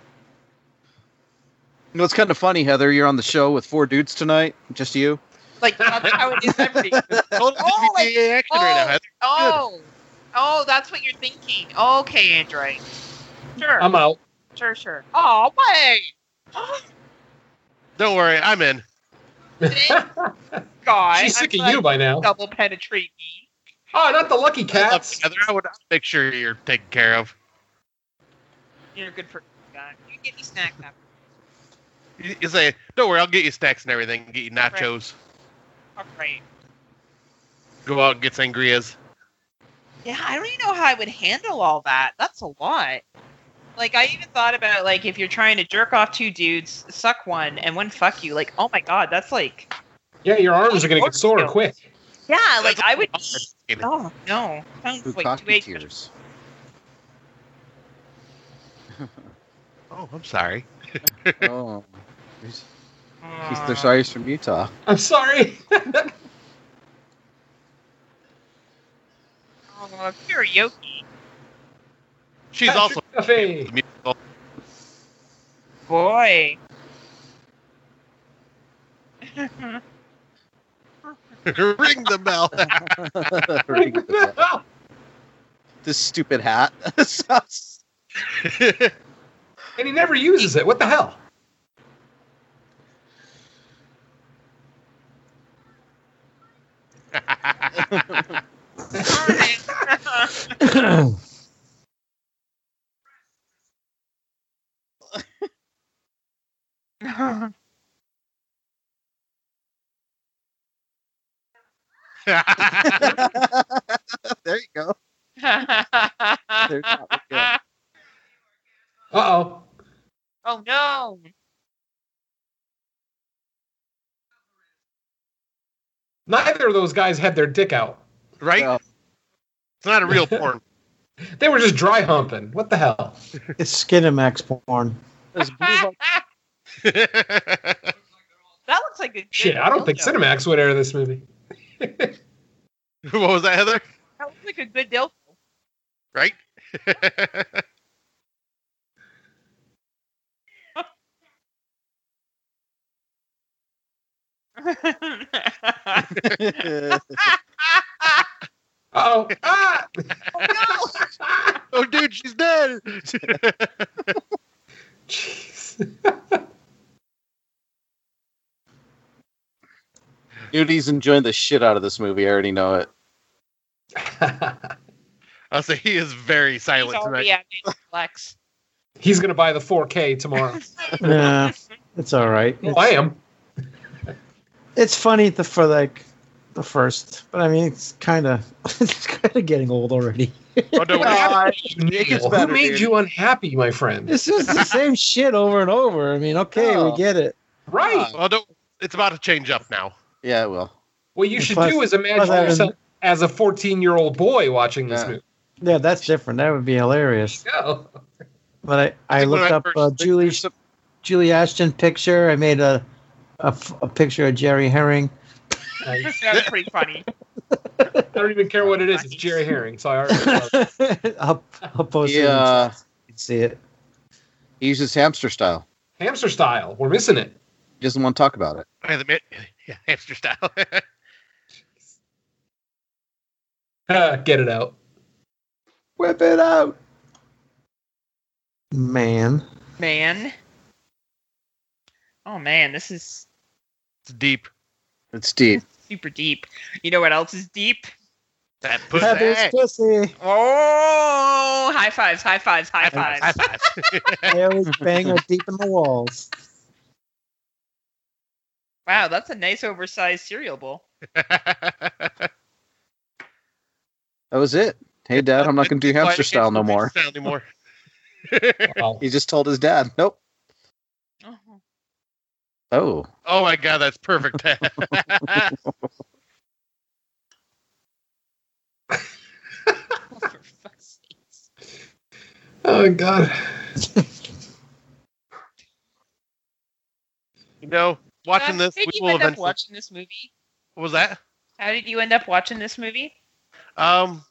S5: know, it's kind of funny, Heather. You're on the show with four dudes tonight, just you.
S4: Like that's how it is every.
S3: Total
S4: Oh, like-
S3: DVDA action right now, Heather.
S4: Oh, oh, that's what you're thinking. Okay, Andre. Sure,
S6: I'm out.
S4: sure, sure. Oh wait.
S3: Don't worry, I'm in.
S4: God,
S6: She's
S4: I'm
S6: sick of
S4: glad
S6: you by now.
S4: Double penetrate me.
S6: Oh, not the lucky
S3: I love
S6: cats.
S3: you, Heather. I would make sure you're taken care of.
S4: You're a good person. God. You can get me snacks after.
S3: You, you say, don't worry, I'll get you snacks and everything. Get you
S4: Right.
S3: nachos.
S4: All right.
S3: Go out and get sangrias.
S4: Yeah, I don't even know how I would handle all that. That's a lot. Like I even thought about like if you're trying to jerk off two dudes, suck one, and one fuck you. Like oh my god, that's like
S6: Yeah, your arms are gonna get sore quick.
S4: yeah,
S3: That's
S4: like I would.
S3: complicated.
S4: Oh no, sounds like too
S5: Bukkake
S4: age.
S5: tears.
S3: Oh, I'm sorry.
S5: oh, he's, he's, they're sorry he's from Utah.
S6: I'm sorry.
S4: Oh, karaoke.
S3: She's also
S6: Duffy.
S3: musical.
S4: Boy.
S3: Ring the bell.
S5: this stupid hat. Sounds-
S6: and he never uses it. What the hell?
S5: there you go. They're not good.
S6: Uh oh.
S4: oh no.
S6: Neither of those guys had their dick out.
S3: right?
S5: No.
S3: It's not a real porn.
S6: They were just dry humping. What the hell?
S2: It's Skinamax porn.
S5: There's blue
S4: that
S5: ball-
S4: looks like a good
S6: Shit, I don't think
S4: dildo.
S6: Cinemax would air this movie.
S3: what was that, Heather?
S4: That looks like a good dildo.
S3: Right?
S6: Uh oh. Ah!
S4: oh
S6: Ah!
S3: oh, dude, she's dead.
S6: Jeez.
S5: Nudie's enjoying the shit out of this movie. I already know it.
S3: I'll say he is very
S4: no!
S3: silent tonight.
S4: yeah, flex.
S6: He's gonna buy the 4K tomorrow.
S2: Nah, it's all right.
S6: well, I am.
S2: It's funny the, for like the first, but I mean it's kind of it's kind of getting old already.
S3: Oh, no,
S5: Well,
S3: wait.
S5: I- gets
S6: Neil,
S5: better,
S6: Who made
S5: dude.
S6: you unhappy, my friend?
S2: It's just the same shit over and over. I mean, okay,
S5: No.
S2: we get it.
S6: Right.
S3: Oh, no, it's about to change up now.
S5: yeah, it will.
S6: What you should
S2: Plus-
S6: do is
S2: plus
S6: imagine
S2: I-
S6: yourself as a 14 year old boy watching this
S5: Yeah.
S6: movie.
S2: Yeah, that's different. That would be hilarious.
S6: No.
S2: But I, I
S3: think when
S2: looked
S3: I
S2: up
S3: first-
S2: uh, Julie Julie Ashton picture. I made a, a f- a picture of Jerry Herring.
S6: Nice.
S4: That's pretty funny.
S6: I don't even care what it is. It's Jerry Herring. So I already
S2: uh, I'll, I'll post
S5: He,
S2: it. in
S5: uh,
S2: chat so you can see it.
S5: he uses hamster style.
S6: hamster style. We're missing it.
S5: He doesn't want to talk about it.
S3: Yeah, the ma- yeah, hamster style.
S6: Get it out.
S5: Whip it out.
S2: Man,
S4: man. Oh man, this is
S3: it's deep.
S5: It's deep.
S4: super deep. You know what else is deep?
S3: That pussy.
S2: Heather's pussy.
S4: Oh, high fives, high fives, high
S3: High fives,
S4: fives.
S3: high fives.
S2: I always bang her deep in the walls.
S4: Wow, that's a nice oversized cereal bowl.
S5: That was it. Hey, Dad, I'm not going to do
S3: Why
S5: hamster
S3: I can't
S5: style no
S3: do
S5: more.
S3: hamster style anymore.
S6: Wow.
S5: He just told his dad, nope.
S4: Oh,
S5: Oh,
S3: Oh my god, that's perfect.
S4: for fuck's sakes.
S6: Oh God.
S3: you know, watching
S4: Josh,
S3: this,
S4: how
S3: we
S4: did you
S3: will
S4: end up
S3: eventually.
S4: watching this movie?
S3: What was that?
S4: How did you end up watching this movie?
S3: Um,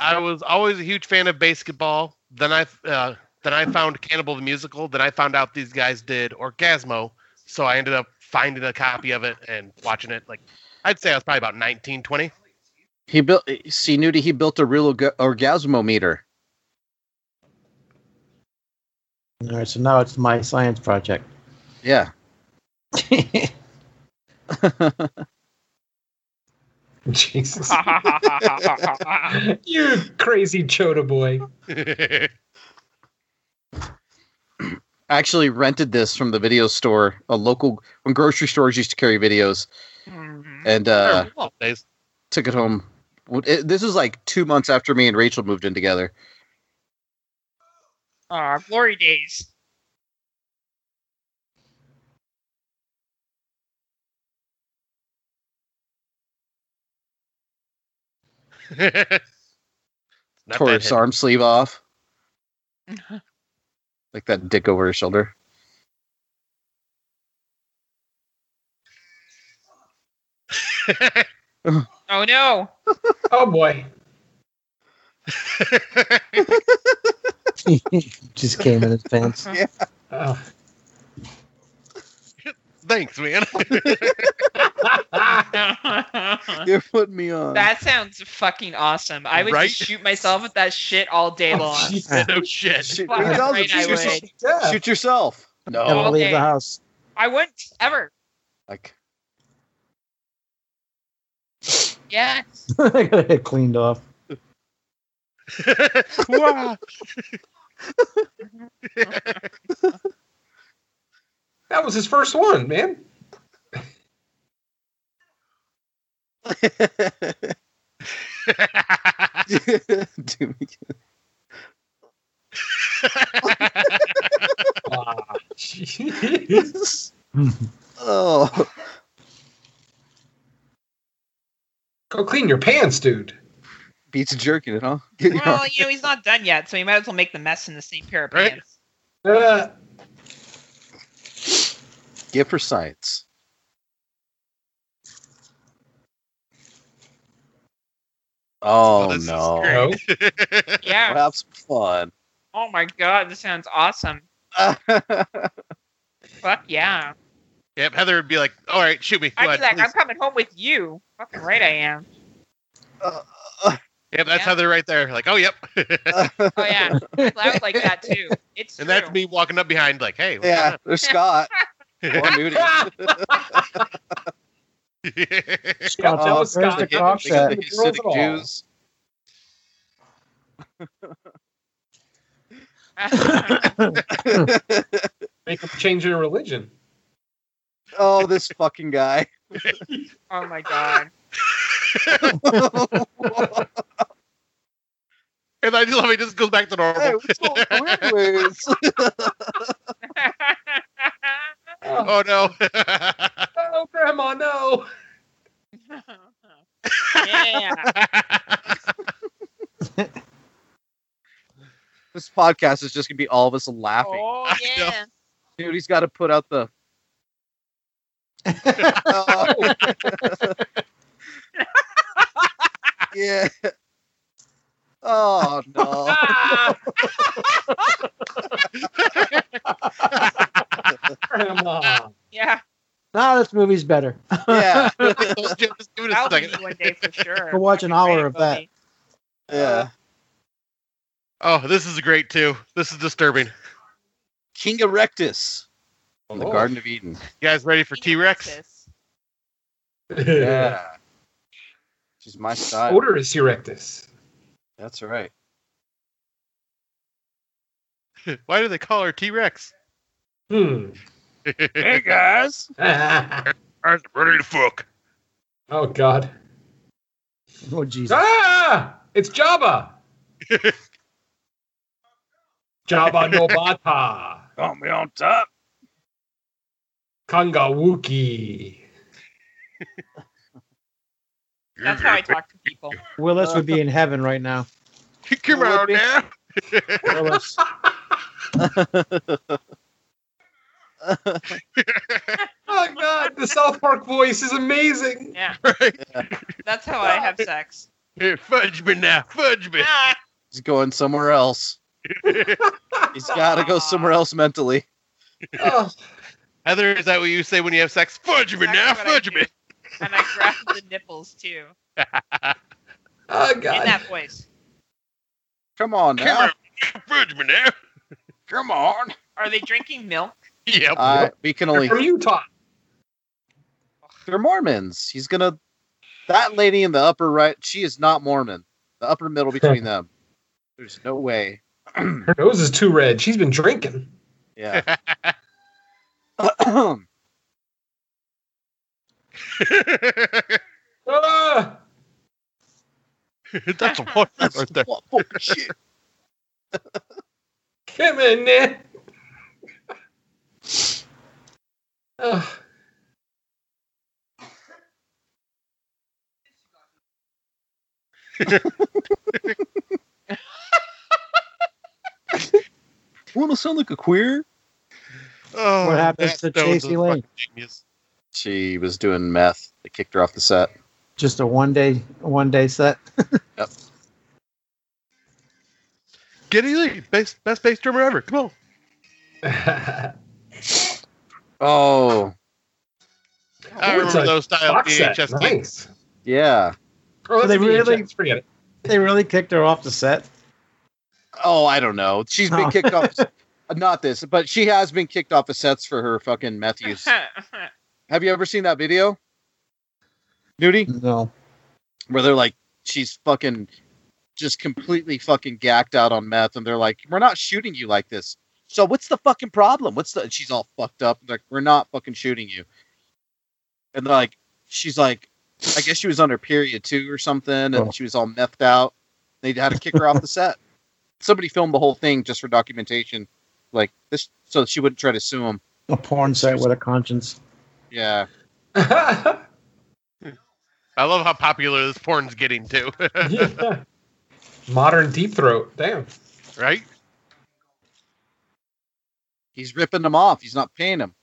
S3: I was always a huge fan of basketball. Then I uh, then I found Cannibal the Musical. Then I found out these guys did Orgasmo, so I ended up finding a copy of it and watching it. Like I'd say I was probably about 19, 20.
S5: he built, see, Nudie, he built a real orga- orgasmometer.
S2: All right, so now it's my science project.
S5: Yeah.
S6: Jesus.
S4: oh
S6: you crazy Chota boy.
S5: I actually rented this from the video store, a local, when grocery stores used to carry videos, and uh,
S3: Well, days.
S5: took it home. Would- It, this was like two months after me and Rachel moved in together.
S4: glory days.
S3: Not that
S5: Tore his
S3: heavy.
S5: arm sleeve off,
S4: Uh-huh.
S5: like that dick over his shoulder.
S4: Oh no.
S6: Oh boy.
S2: Just came in his pants.
S6: Oh.
S3: Thanks, man.
S4: that
S5: You put me on.
S4: sounds fucking awesome. I would
S3: Right? Oh,
S4: just shoot myself with that shit all day long.
S3: no shit.
S5: Shoot,
S4: Fucking
S5: He does it.
S4: right I
S5: Shoot yourself.
S4: would.
S6: Yeah.
S5: Shoot yourself.
S2: Never
S5: No.
S4: Oh.
S2: leave
S4: Okay.
S2: the house.
S4: I wouldn't ever.
S5: Like
S4: Yeah.
S2: I gotta get cleaned off.
S3: Wow.
S6: That was his first one, man.
S5: Dude, we can't- Ah.
S6: Wow. Jeez.
S5: oh,
S6: Go clean your pants, dude.
S5: beats jerking it, huh? Get your
S4: Well, you know, he's not done yet, so he might as well make the mess in the same pair of
S3: Right?
S4: pants.
S6: Uh,
S5: Give her science. Oh,
S3: this is
S5: no.
S3: great.
S6: no.
S4: Yeah.
S5: Have some fun.
S4: Oh my god, this sounds awesome. Fuck yeah.
S3: yep, Heather would be like, "All right, shoot me." Go ahead,
S4: I'd be like, I'm
S3: please."
S4: coming home with you. Fucking right I am.
S3: Yep, that's
S4: Yeah.
S3: Heather right there. Like, oh, yep.
S4: Oh yeah. I'm loud like that too. It's
S3: and that's
S4: true.
S3: me walking up behind, like, "Hey, what's
S5: yeah, there's Scott. Or Nudie.
S6: Ah,
S3: up?"
S6: yeah, that was
S2: Where's
S6: Scott.
S2: the
S5: They
S6: That
S5: got
S2: cops at?
S5: the
S6: was Scott. The girls at
S5: Hasidic
S6: all.
S5: Jews.
S6: Make them change their religion.
S5: Oh, this fucking guy.
S4: oh my god.
S3: and I just love it. Just goes back to normal.
S5: Hey, what's going on with you?
S6: Oh,
S3: Oh no!
S6: no, Oh, Grandma, no.
S4: yeah.
S5: This podcast is just gonna be all of us laughing.
S4: Oh yeah.
S5: Dude, he's got to put out the. Yeah. Oh no.
S4: Ah,
S6: Grandma.
S4: yeah,
S2: No, this movie's better.
S5: yeah.
S3: Just give it a
S4: that'll be
S3: second.
S4: one day for sure.
S2: Could watch an
S4: That'd be
S2: hour of
S4: great movie.
S5: Yeah.
S3: Oh, this is great too. This is disturbing.
S5: King Erectus. From the
S6: Oh.
S5: Garden of Eden.
S3: You guys ready for T Rex?
S5: Yeah. She's my style.
S6: Order is erectus.
S5: That's right.
S3: Why do they call her T Rex?
S6: Hmm.
S5: Hey guys.
S3: ready to fuck.
S6: oh God.
S2: Oh Jesus!
S6: Ah! It's Jabba. Jabba no Bata.
S5: Caught me on top.
S6: Kanga Wookie.
S4: That's how I talk to people.
S2: Willis would be in heaven right now.
S3: Come
S5: Would
S3: on
S5: be.
S3: now.
S2: Willis,
S6: Oh God, the South Park voice is amazing.
S4: Yeah,
S3: Right.
S4: that's how I have sex.
S3: Hey, fudge me now. Fudge me.
S4: Ah,
S5: He's going somewhere else. He's gotta go somewhere else mentally.
S6: Oh,
S3: Heather, is that what you say when you have sex? Fudge me
S4: That's
S3: now.
S4: what I
S3: Fudge
S4: do.
S3: me.
S4: and I grab the nipples too
S6: oh
S4: in
S6: God.
S4: that voice.
S5: Come on
S3: Come on.
S5: now.
S3: Fudge me now.
S5: Come on.
S4: Are they drinking milk?
S3: Yep.
S5: Uh, we can only
S6: From Utah.
S5: they're Mormons. He's gonna. That lady in the upper right, she is not Mormon. The upper middle between them. There's no way.
S6: Her nose is too red. She's been drinking.
S5: Yeah.
S6: Ah!
S3: That's a one right there.
S5: What bullshit.
S6: Come in there. Oh,
S5: Wanna sound like a queer?
S3: Oh,
S2: What happens
S3: that
S2: to
S3: Stones was
S2: Tracy Lane?
S3: fucking genius.
S5: She was doing meth. They kicked her off the set.
S2: just a one day, one day set.
S3: Geddy Lee, best, best bass drummer ever. Come on.
S5: Oh
S3: I
S6: Oh, it's
S3: remember
S6: a
S3: those style
S6: box set.
S3: VHS tapes.
S6: Nice.
S5: yeah.
S6: Oh,
S2: They
S6: that's
S2: really-
S6: VHS. Forget it.
S2: They really kicked her off the set.
S5: Oh, I don't know. She's been
S2: Oh.
S5: kicked off. Uh, Not this, but she has been kicked off the sets for her fucking meth use. Have you ever seen that video? Nudie?
S2: No,
S5: where they're like she's fucking just completely fucking gacked out on meth and they're like we're not shooting you like this so what's the fucking problem what's the and she's all fucked up like we're not fucking shooting you and they're like she's like i guess she was on her period too or something and
S2: Oh.
S5: she was all methed out they had to kick her off the set somebody filmed the whole thing just for documentation like this so she wouldn't try to sue him
S2: a porn site with a conscience.
S5: yeah
S3: I love how popular this porn's getting too.
S6: Mm-hmm. Yeah. Modern deep throat. Damn.
S3: right?
S5: he's ripping them off he's not paying them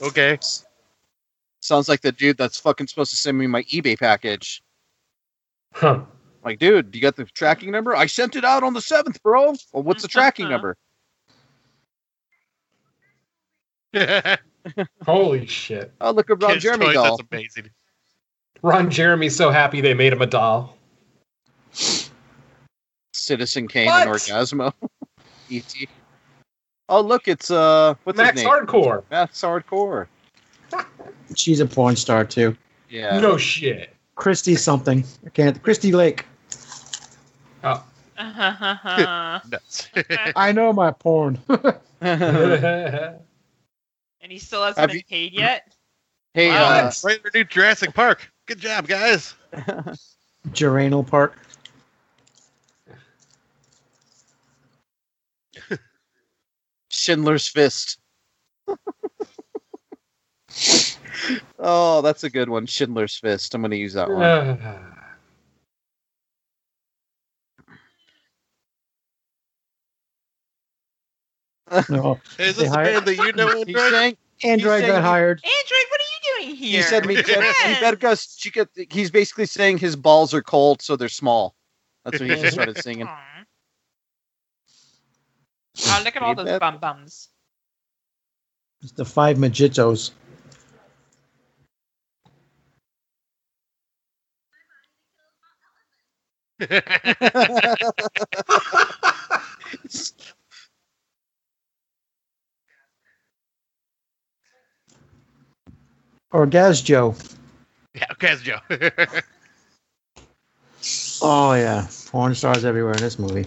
S3: okay.
S5: sounds like the dude that's fucking supposed to send me my ebay package
S6: Huh.
S5: Like, dude, you got the tracking number? I sent it out on the seventh, bro. Well, what's the
S3: Uh-huh.
S5: tracking number?
S6: Holy shit.
S5: Oh, look at Ron
S3: Kids'
S5: Jeremy
S3: toys,
S5: doll.
S3: That's amazing.
S6: Ron Jeremy's so happy they made him a doll.
S5: Citizen Kane and
S6: What?
S5: Orgasmo. E.T. Oh, look, it's uh, what's
S6: Max
S5: his name?
S6: Hardcore.
S5: Max Hardcore.
S2: She's a porn star too.
S5: Yeah.
S6: No shit.
S2: Christy something. I can't. Christy Lake.
S6: Oh.
S4: and
S3: Nuts.
S2: I know my porn.
S5: hey,
S6: oh
S4: he still hasn't
S5: Have
S4: been
S5: you-
S4: paid yet.
S5: uh,
S3: Wow, right in the new Jurassic Park. Good job, guys.
S2: Geranal Park.
S5: Schindler's Fist. oh, that's a good one. Schindler's Fist. I'm going to use that one.
S2: No,
S3: Is
S2: They
S3: this the
S2: hired-
S3: band that you know?
S5: He
S3: Android?
S5: sang-
S2: Android
S5: saying-
S2: got hired.
S4: Android, what are you doing here?
S5: He said we better, we
S4: Yes.
S5: better go. She got, he's basically saying his balls are cold, so they're small. That's what he just started singing.
S4: Aw. Oh, look at all
S5: Hey,
S4: those
S5: Beth.
S4: bum bums.
S2: It's the five majitos. Orgasjo.
S3: yeah, okay, that's Joe.
S2: Oh yeah, porn stars everywhere in this movie.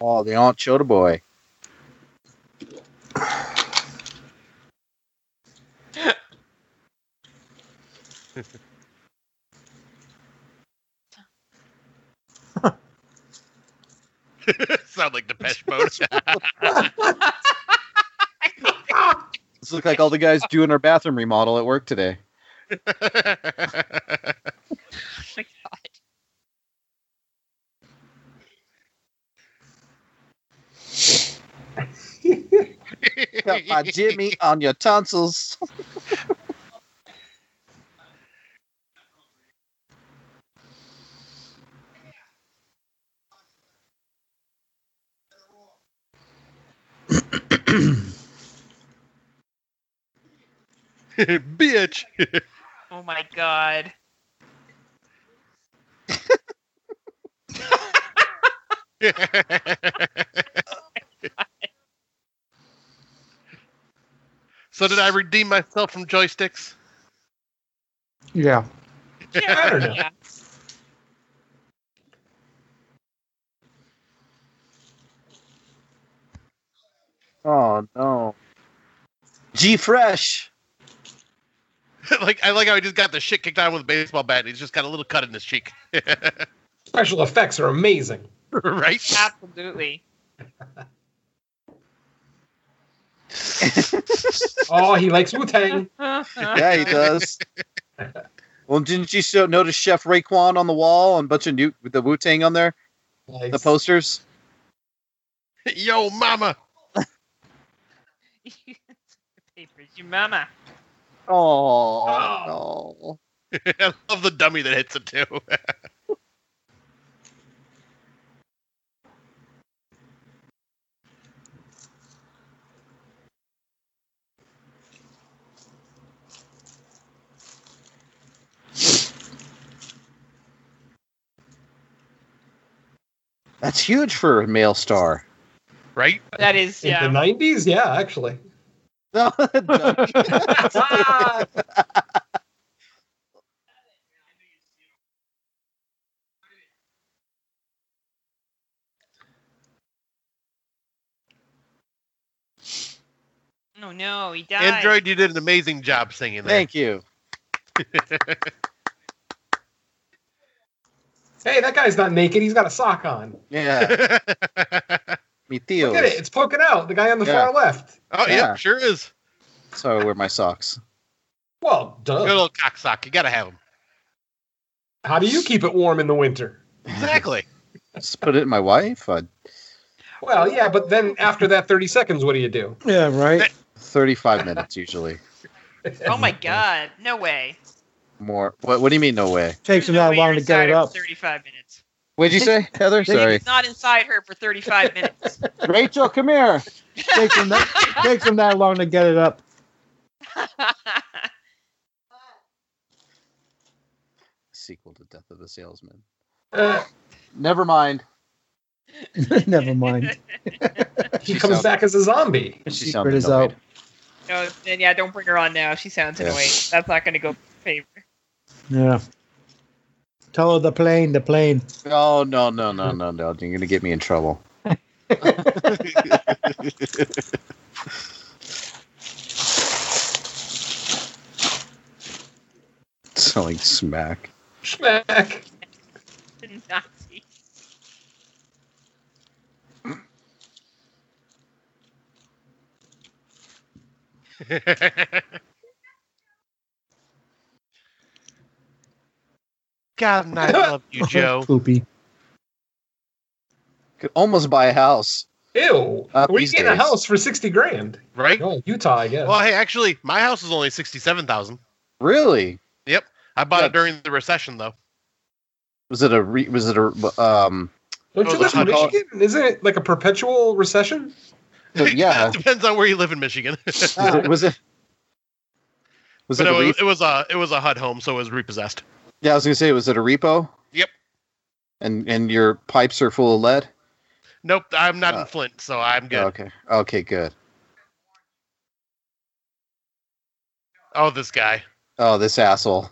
S5: Oh, the Aunt Chota boy.
S3: Sound like Depeche Mode.
S5: This look like all the guys doing our bathroom remodel at work today.
S4: Oh my God.
S5: Got my Jimmy on your tonsils.
S3: Bitch.
S4: Oh my God.
S3: so did I redeem myself from joysticks?
S2: Yeah.
S6: I don't know.
S4: Yeah.
S5: Oh no. G Fresh.
S3: like I like how he just got the shit kicked out of him with a baseball bat. and He's just got a little cut in his cheek,
S6: Special effects are amazing.
S3: right?
S4: Absolutely.
S6: Oh, he likes Wu Tang.
S5: Yeah, he does. well, didn't you show, notice Chef Raekwon on the wall and a bunch of new with the Wu Tang on there, the posters?
S3: Yo, mama.
S4: Papers, your mama.
S5: Oh, no.
S3: I love the dummy that hits it too.
S5: That's huge for a male star.
S3: right?
S4: That is,
S6: In the
S4: yeah.
S6: 90s? Yeah, actually.
S5: No, Doug,
S6: Ah,
S4: No, Oh, no, he died.
S3: Android, you did an amazing job singing there.
S5: Thank you.
S6: hey, that guy's not naked. He's got a sock on.
S5: Yeah, me
S6: Look at it.
S5: Theo.
S6: It's poking out. The guy on the
S5: Yeah.
S6: far left.
S3: oh,
S5: Yeah.
S3: yeah, sure is.
S5: So I wear my socks.
S6: Well,
S5: Oh.
S3: Good
S6: duh.
S3: little cocksock. You gotta have him.
S6: How do you keep it warm in the winter?
S3: Exactly.
S5: Just put it in my wife. Uh,
S6: Well, yeah, but then after that 30 seconds, what do you do?
S2: Yeah. Right.
S5: Thirty-five minutes usually.
S4: Oh my God. No way.
S5: More. What? What do you mean? No way.
S2: Takes him
S4: No
S2: that
S4: way
S2: long
S4: you're
S2: to get
S4: inside
S2: it
S4: her for
S2: up.
S4: 35 minutes.
S5: What'd you say, Heather? Sorry.
S4: He's not inside her for 35 minutes.
S5: Rachel, come here.
S2: takes him that takes him that long to get it up.
S5: Sequel to Death of the Salesman.
S6: Uh,
S5: Never mind.
S2: Never mind.
S5: She
S6: he comes
S5: sounds-
S6: back as a zombie.
S5: She
S2: Secret
S5: sounded
S2: is
S5: annoyed.
S2: out.
S4: No, then yeah, don't bring her on now. She sounds
S5: Yeah.
S4: annoying. That's not going to go in favor.
S2: Yeah. Tell her the plane. The plane.
S5: Oh no no no no no! You're gonna get me in trouble. Selling smack.
S6: Schmack.
S4: Nazi.
S3: God, and I love you, Joe.
S2: Poopy.
S5: Could almost buy a house.
S6: Ew.
S5: Uh,
S6: Where you
S5: these
S6: getting a
S5: days.
S6: house for 60 grand?
S3: right?
S6: Oh, Utah, I guess.
S3: Well, hey, actually, my house is only sixty-seven thousand.
S5: Really?
S3: I bought
S5: Yeah.
S3: it during the recession, though.
S5: Was it a re, was it a um?
S6: Don't
S3: Oh,
S6: you live
S3: that's
S6: in
S3: what I call
S6: Michigan? Isn't it like a perpetual recession?
S5: Yeah.
S3: depends on where you live in Michigan.
S5: Uh-huh. was it was it, was
S3: but
S5: it
S3: it
S5: a re,
S3: was, it was a it was a HUD home, so it was repossessed.
S5: Yeah, I was gonna say, was it a repo?
S3: Yep.
S5: And and your pipes are full of lead.
S3: Nope, I'm not
S5: Uh,
S3: in Flint, so I'm good.
S5: Okay. Okay. Good.
S3: oh, this guy.
S5: Oh, this asshole.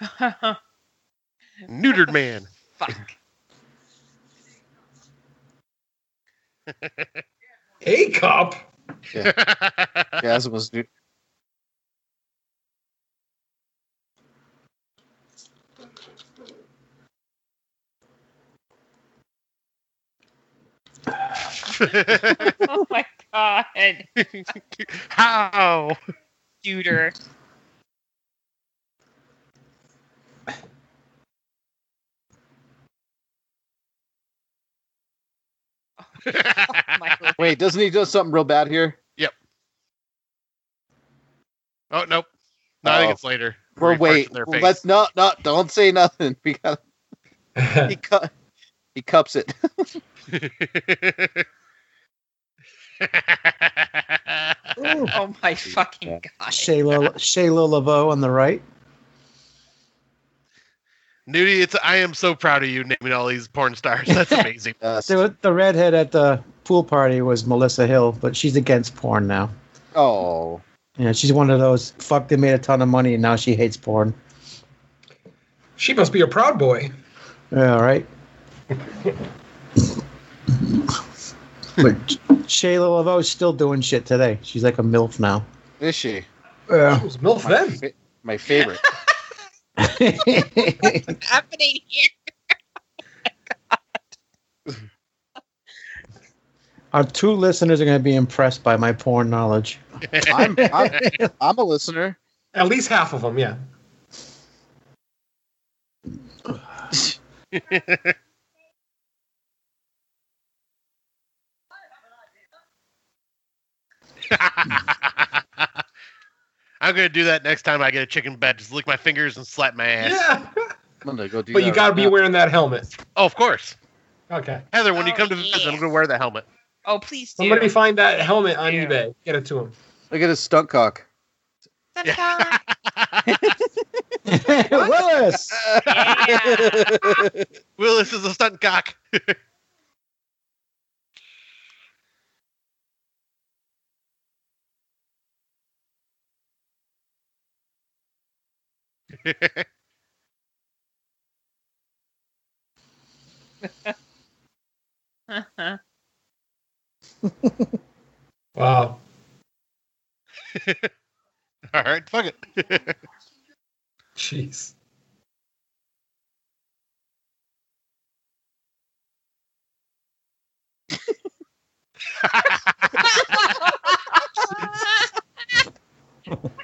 S4: Oh,
S3: Neutered man.
S4: Fuck.
S6: A cup.
S5: Gasm was new.
S4: Oh my god.
S3: How?
S4: Shooter. My lord.
S5: Wait, doesn't he do something real bad here?
S3: oh nope. No, I think
S5: Oh.
S3: it's later.
S5: We're
S3: Very parts
S5: wait.
S3: in their face.
S5: Let's not not don't say nothing. We got he cu- he cups it.
S2: Ooh,
S4: Oh my fucking god.
S2: Shayla Shayla Laveau on the right.
S3: Nudie, it's I am so proud of you naming all these porn stars. That's amazing.
S5: Uh, s-
S2: The, the redhead at the pool party was Melissa Hill, but she's against porn now.
S5: oh,
S2: Yeah, she's one of those fuck. They made a ton of money and now she hates porn.
S6: She must be a proud boy.
S2: Yeah, all right. but Shayla Laveau's still doing shit today. She's like a milf now.
S5: is she
S2: Yeah.
S6: It was MILF
S5: my,
S6: then.
S5: fa- my favorite?
S4: What's happening here?
S2: Our two listeners are going to be impressed by my porn knowledge.
S5: I'm, I'm I'm a listener.
S6: At least half of them, yeah.
S3: I'm gonna do that next time I get a chicken bed. Just lick my fingers and slap my ass.
S6: Yeah.
S5: I'm gonna go do.
S6: But
S5: that
S6: you got to
S5: right
S6: be
S5: now.
S6: wearing that helmet.
S3: Oh, of course,
S6: Okay.
S3: Heather. When you
S4: Oh,
S3: come to visit, I'm
S4: yeah.
S3: gonna wear the helmet.
S4: Oh, please do.
S6: Somebody find that helmet on
S4: Yeah.
S6: eBay. Get it to him.
S5: Look at his stunt cock.
S4: Sometimes.
S2: Willis!
S4: Yeah.
S3: Willis is a stunt cock.
S6: Wow.
S3: All right, fuck it.
S6: Jeez.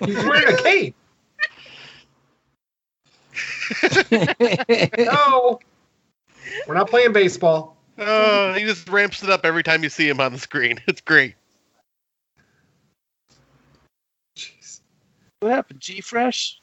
S6: He's wearing a cape. No. We're not playing baseball.
S3: Oh, he just ramps it up every time you see him on the screen. It's great.
S6: Jeez.
S5: What happened, G Fresh?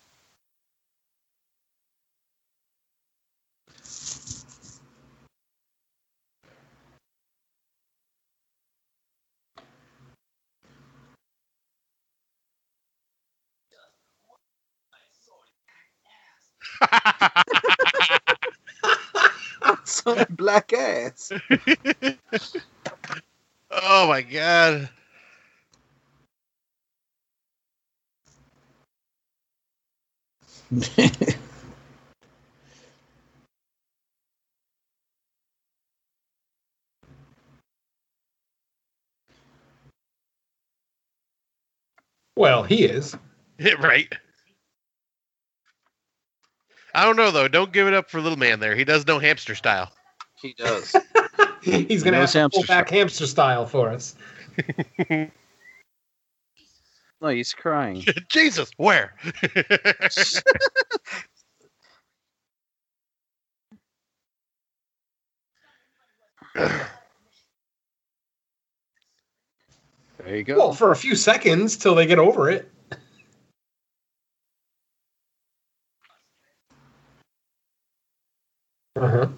S5: Some black ass.
S3: oh my god.
S6: Well, he is.
S3: right. I don't know though. Don't give it up for little man there. He does no hamster style.
S5: He does.
S6: He's going
S5: No
S6: to have to
S5: hamster
S6: pull back hamster style for us.
S5: No, he's crying.
S3: Jesus, where?
S5: There you go.
S6: Well, for a few seconds till they get over it. Uh huh.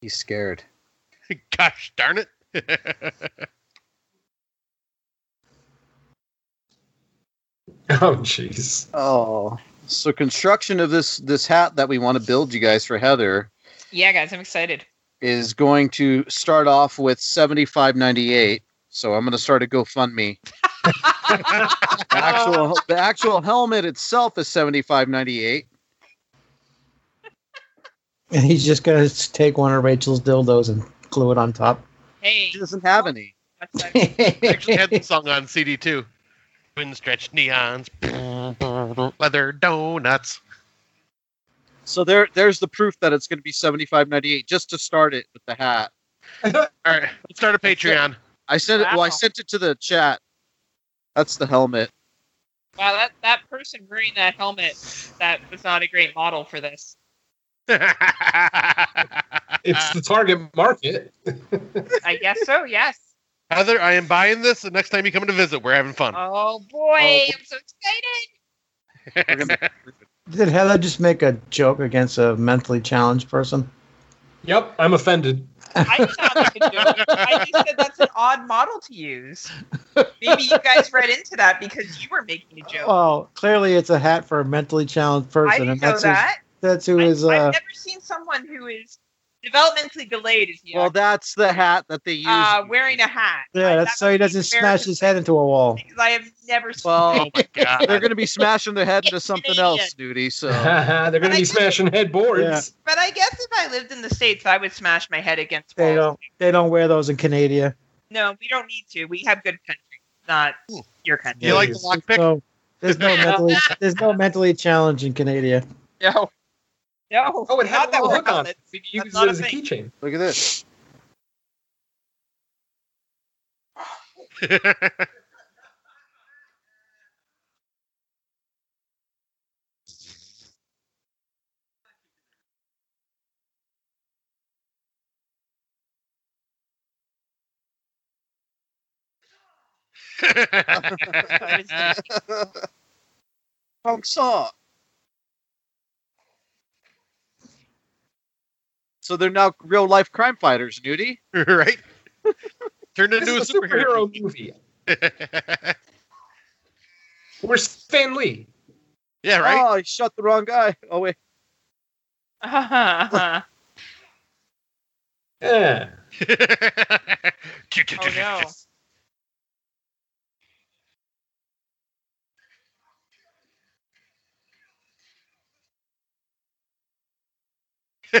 S5: He's scared.
S3: Gosh darn it.
S6: Oh, jeez.
S5: Oh. So construction of this this hat that we want to build you guys for Heather
S4: Yeah, guys, I'm excited.
S5: is going to start off with seventy five ninety eight. So I'm going to start a GoFundMe. the actual the actual helmet itself is seventy five ninety eight.
S2: And he's just gonna s- take one of Rachel's dildos and glue it on top.
S4: Hey,
S5: She doesn't have any.
S4: what's up?
S3: actually had the song on CD too. Wind stretch neons, leather donuts.
S5: So there there's the proof that it's going to be seventy five ninety eight just to start it with the hat.
S3: All right, let's start a Patreon.
S5: I sent it. Well,
S4: Wow.
S5: I sent it to the chat. That's the helmet.
S4: wow, that that person wearing that helmet that was not a great model for this.
S6: It's the target market.
S4: I guess so. Yes.
S3: Heather, I am buying this. The next time you come to visit, we're having fun.
S4: Oh boy,
S5: Oh.
S4: I'm so excited.
S5: We're gonna-
S2: Did Heather just make a joke against a mentally challenged person?
S6: Yep, I'm offended.
S4: I just thought we could do it. I just said that's an odd model to use. Maybe you guys read into that because you were making a joke.
S2: Well, clearly it's a hat for a mentally challenged person,
S4: I didn't
S2: and
S4: know
S2: that's who's-
S4: that.
S2: that's who
S4: I,
S2: is.
S4: I've
S2: Uh,
S4: never seen someone who is developmentally delayed as you
S5: Well, that's the hat that they use.
S4: uh, wearing a hat.
S2: yeah, that's
S4: that
S2: so he
S4: would be
S2: doesn't smash
S4: embarrassing
S2: his head into a wall.
S4: Because I have never seen.
S5: well,
S3: Oh my
S5: they're
S3: god!
S5: going to be smashing their head into something
S4: Canadian.
S5: else, Duty. So
S6: They're going to be smashing headboards.
S4: but I guess if I lived in the states, I would smash my head against
S2: They
S4: walls.
S2: don't. They don't wear those in Canada.
S4: No, we don't need to. We have good country, not your country.
S3: You like the lockpick?
S2: So there's no mentally. There's no mentally challenged in Canada.
S4: No. No.
S6: Oh, it had
S4: not
S6: that
S4: that
S6: look
S4: we're
S6: on it.
S4: helmets.
S6: We could use
S4: not
S6: it
S4: a
S6: as a
S4: thing.
S6: keychain.
S5: look at this. Punk saw. So they're now real life crime fighters, Nudie.
S3: right? Turned
S6: This
S3: into a
S6: is a superhero
S3: superhero.
S6: movie. We're Stan Lee.
S3: yeah, right.
S5: Oh, he shot the wrong guy. Oh wait,
S6: Yeah.
S4: oh no.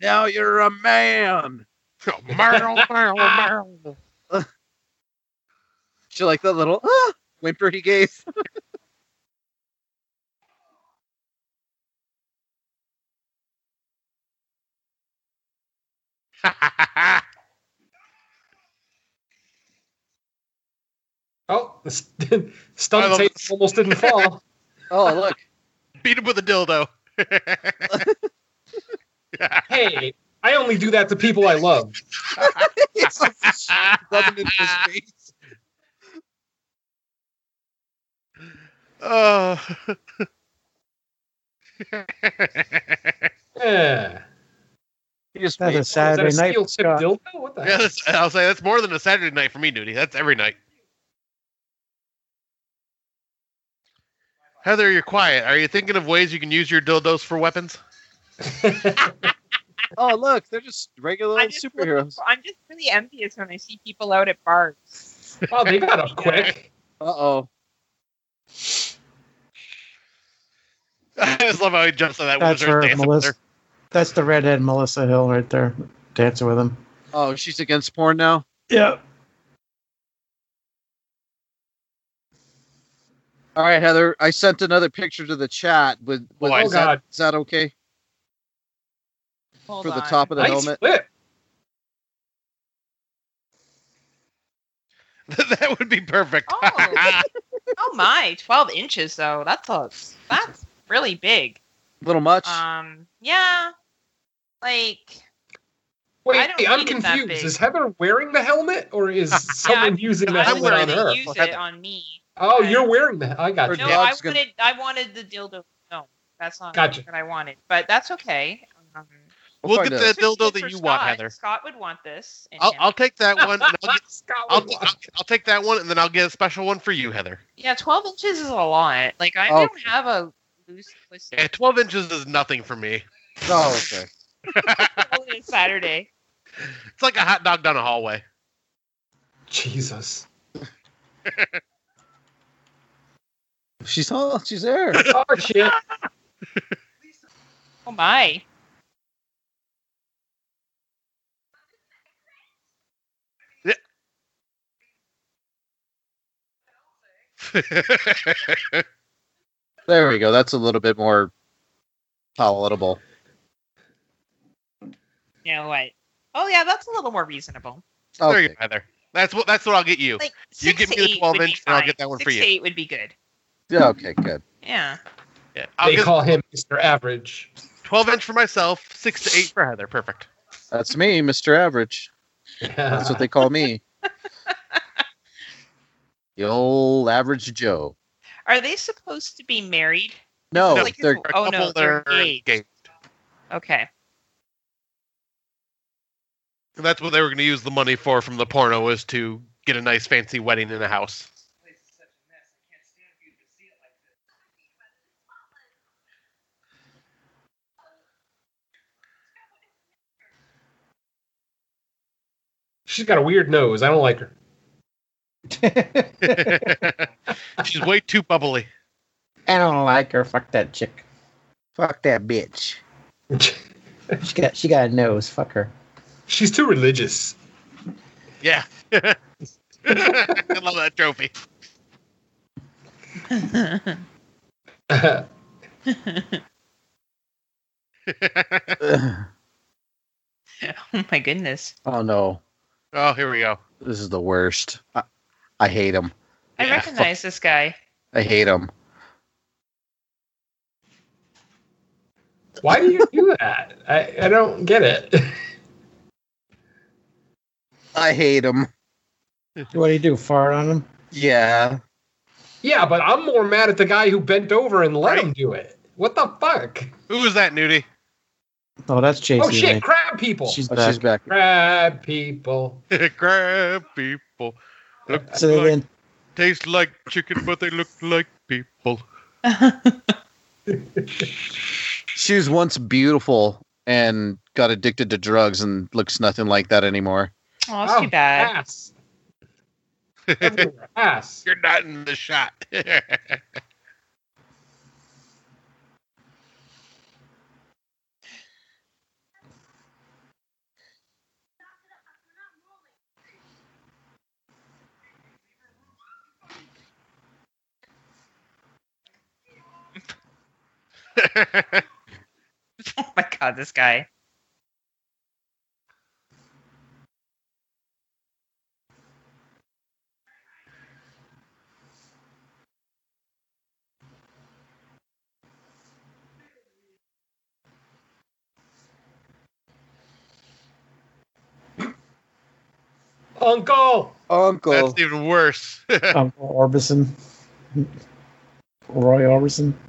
S5: now you're a man.
S3: Oh, Marl, Marl, Marl.
S5: Did you like that little ah, whimper he gave?
S6: Oh, the st- stunt
S3: love
S6: tape
S3: this.
S6: almost didn't fall.
S5: Oh look,
S3: Beat him with a dildo.
S6: hey, I only do that to people I love.
S5: It's like just rubbing it in his face.
S3: oh.
S6: Yeah.
S5: He just
S2: That's a
S5: waves.
S6: Is that
S2: Saturday
S6: a
S2: night.
S6: steel tip
S2: Scott.
S6: dildo? What the
S3: Yeah,
S6: heck?
S3: that's, I'll say that's more than a Saturday night for me, duty. That's every night. Heather, you're quiet. Are you thinking of ways you can use your dildos for weapons?
S5: Oh look, they're just regular
S4: I
S5: old
S4: just
S5: superheroes.
S4: I'm just really envious when I see people out at bars.
S6: Oh, they got up quick.
S5: Uh oh.
S3: I just love how he jumps on that
S2: That's
S3: wizard
S2: her,
S3: dancing with
S2: Melissa. That's the redhead Melissa Hill right there, dancing with him.
S5: Oh, she's against porn now.
S2: Yep.
S5: All right, Heather. I sent another picture to the chat. With, with
S3: Oh, I
S5: is, that,
S6: God.
S5: is that okay
S4: Hold
S5: for the
S4: on.
S5: top of the
S6: Nice
S5: helmet?
S6: flip.
S3: that would be perfect.
S4: Oh. oh my, 12 inches though. That's a that's really big.
S5: little much.
S4: Um, yeah. Like I
S6: Wait,
S4: don't
S6: I'm
S4: think it's that
S6: confused.
S4: big.
S6: Is Heather wearing the helmet, or is someone using
S3: I'm
S6: the
S4: I'm
S6: helmet
S4: gonna
S6: on
S3: wearing
S6: her?
S4: use
S5: Heather.
S4: it on me.
S6: Oh,
S4: I-
S6: you're wearing that. I got
S5: Or
S6: you.
S4: No,
S5: Yeah,
S4: I
S5: it's gonna-
S4: wanted I wanted the dildo. No, that's not
S6: Gotcha.
S4: what I wanted. But that's okay. Um,
S3: We'll
S5: find
S3: get
S5: out.
S3: the dildo
S4: good
S3: that
S4: for
S3: you want,
S4: Scott.
S3: Heather.
S4: Scott would want this. and
S3: I'll,
S4: him.
S3: I'll take that one. And I'll, get,
S6: Scott
S3: I'll,
S6: would
S3: I'll,
S6: watch.
S3: I'll take that one, and then I'll get a special one for you, Heather.
S4: yeah, 12 inches is a lot. Like I
S5: Oh.
S4: don't have a loose. loose
S3: Yeah, twelve inches is nothing for me.
S5: oh, okay.
S4: on Saturday.
S3: It's like a hot dog down a hallway.
S6: Jesus.
S5: She's oh, she's there.
S6: Oh shit.
S4: Oh my.
S5: There we go. That's a little bit more palatable.
S4: You know what? Oh yeah, that's a little more reasonable.
S3: There you
S5: Okay.
S3: go, Heather. That's what. That's what I'll get you.
S4: Like
S3: You
S4: six
S3: give
S4: to
S3: me the
S4: eight
S3: 12
S4: would be
S3: inch and I'll
S4: fine.
S3: get that one for
S4: Six to
S3: you.
S4: eight would be good.
S5: Yeah, okay, good.
S4: Yeah.
S3: Yeah, I'll
S6: They
S3: get
S6: call him Mr. Average.
S3: twelve inch for myself, six to eight for Heather. Perfect.
S5: That's me, Mr. Average. That's what they call me. the old average Joe.
S4: Are they supposed to be married?
S5: No,
S3: No.
S4: Like,
S5: they're
S3: There are a
S4: Oh, no,
S3: couple that
S4: they're
S3: are
S4: engaged. Okay.
S3: And that's what they were going to use the money for from the porno was to get a nice fancy wedding in a house.
S6: She's got a weird nose. I don't like her.
S3: She's way too bubbly.
S2: I don't like her. Fuck that chick.
S5: fuck that bitch.
S2: She got she got a nose. Fuck her.
S6: She's too religious.
S3: Yeah. I love that trophy.
S6: Heather
S5: Ugh.
S4: oh my goodness.
S5: oh no,
S3: Oh, here we go.
S5: this is the worst. I, I hate him.
S4: I
S3: Yeah,
S4: recognize this guy.
S5: I hate him.
S6: Why do you do that? I, I don't get it.
S5: I hate him.
S2: What do you do? Fart on him?
S5: Yeah.
S6: yeah, but I'm more mad at the guy who bent over and let him do it. What the fuck?
S3: Who was that, Nudie?
S2: Oh, that's JC.
S6: Oh shit,
S2: Lane.
S6: crab people.
S2: She's
S5: Oh,
S2: back.
S5: she's back.
S6: crab people.
S3: Crab people. Look
S2: so they
S3: like,
S2: didn't.
S3: taste like chicken, but they look like people.
S5: She was once beautiful and got addicted to drugs and looks nothing like that anymore.
S4: Oh, it's too bad.
S6: Ass. Everywhere, ass.
S3: You're not in the shot.
S4: Oh my god, this guy.
S6: Uncle.
S5: Uncle.
S3: That's even worse.
S2: Uncle Orbison. Um, Roy Orbison.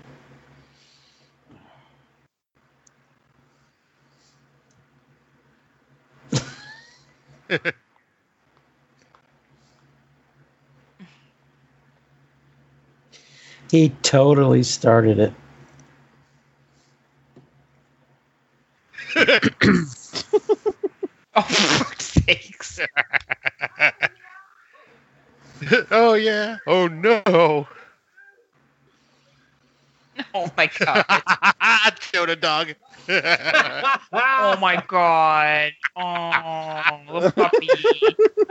S2: he totally started it.
S4: Oh, for fuck's sakes.
S3: oh yeah. Oh no.
S4: Oh my god.
S3: Showed a dog.
S4: Oh my god. Oh, little puppy.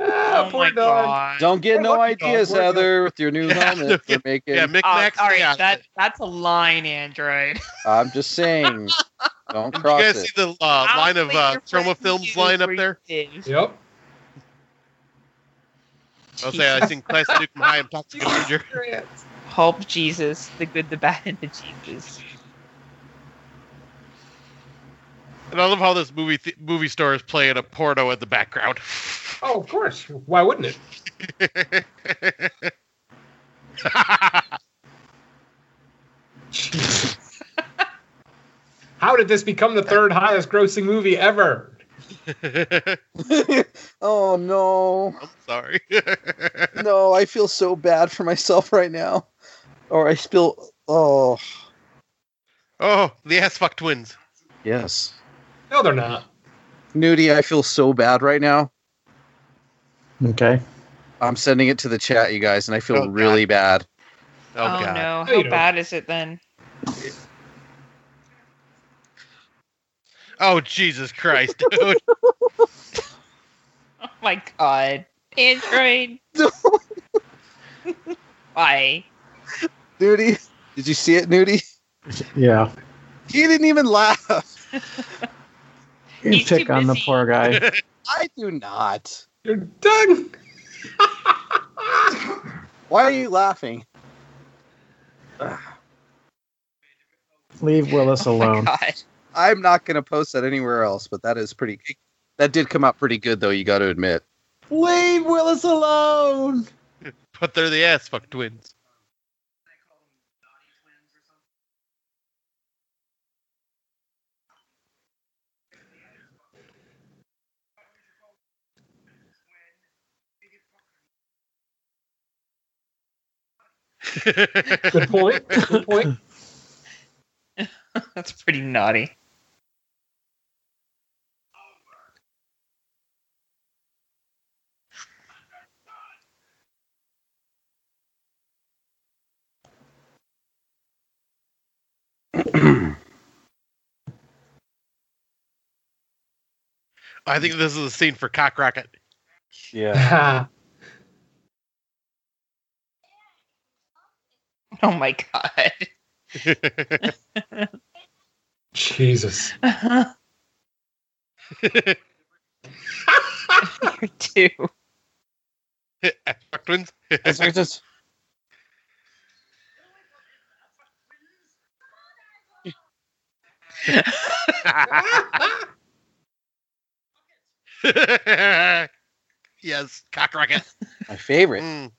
S6: Ah,
S4: Oh
S6: poor
S4: my
S6: dog.
S4: god.
S5: Don't get no
S6: We're lucky, dog.
S5: ideas,
S6: We're
S5: Heather, with your new
S3: Yeah,
S5: helmet.
S3: yeah,
S5: You're making.
S3: yeah,
S4: Oh,
S3: knickknacks.
S4: all right,
S3: yeah.
S4: that, that's a line, Android.
S5: I'm just saying. Don't
S3: Did you
S5: cross
S3: guys
S5: it.
S3: see the uh,
S4: I'll
S3: line of
S4: play
S3: uh,
S4: your
S3: Chroma
S4: friend
S3: Films
S4: you
S3: line up
S4: were
S3: there?
S4: you did.
S6: Yep.
S3: I'll say I think class Nukem High and Toxic Avenger.
S4: Pulp Jesus, the good, the bad, and the Jesus.
S3: And I love how this movie th- movie store is playing a porno in the background.
S6: Oh, of course. Why wouldn't it? How did this become the third highest grossing movie ever?
S3: I'm
S5: oh no,
S3: sorry.
S5: no! I feel so bad for myself right now. Or I spill. Oh
S3: oh, the ass fuck twins.
S5: yes,
S6: No, they're not.
S5: Nudie, I feel so bad right now.
S2: Okay.
S5: I'm sending it to the chat, you guys, and I feel
S3: Oh, God.
S5: really bad.
S3: Oh, god.
S4: no!
S6: No, you
S4: How
S6: don't.
S4: bad is it then?
S3: Oh Jesus Christ, dude.
S4: Oh my god! Android. Why?
S5: Nudie, did you see it, Nudie?
S2: Yeah.
S5: He didn't even laugh.
S2: You
S4: He's
S2: pick
S4: too
S2: on the
S4: busy.
S2: poor guy.
S5: I do not.
S6: You're done.
S5: Why are you laughing?
S2: Leave Willis
S4: Oh my
S2: alone.
S4: god!
S5: I'm not going to post that anywhere else, but that is pretty. That did come out pretty good, though. You got to admit.
S2: Leave Willis alone.
S3: but they're the ass fuck twins.
S6: Good point. Good point.
S4: That's pretty naughty.
S3: I think this is a scene for Cock Rocket.
S5: Yeah.
S6: Ah,
S4: Oh my god!
S6: Jesus.
S4: You're too.
S3: Ass fuck twins. yes, Cock Rocket.
S5: My favorite.
S3: Mm.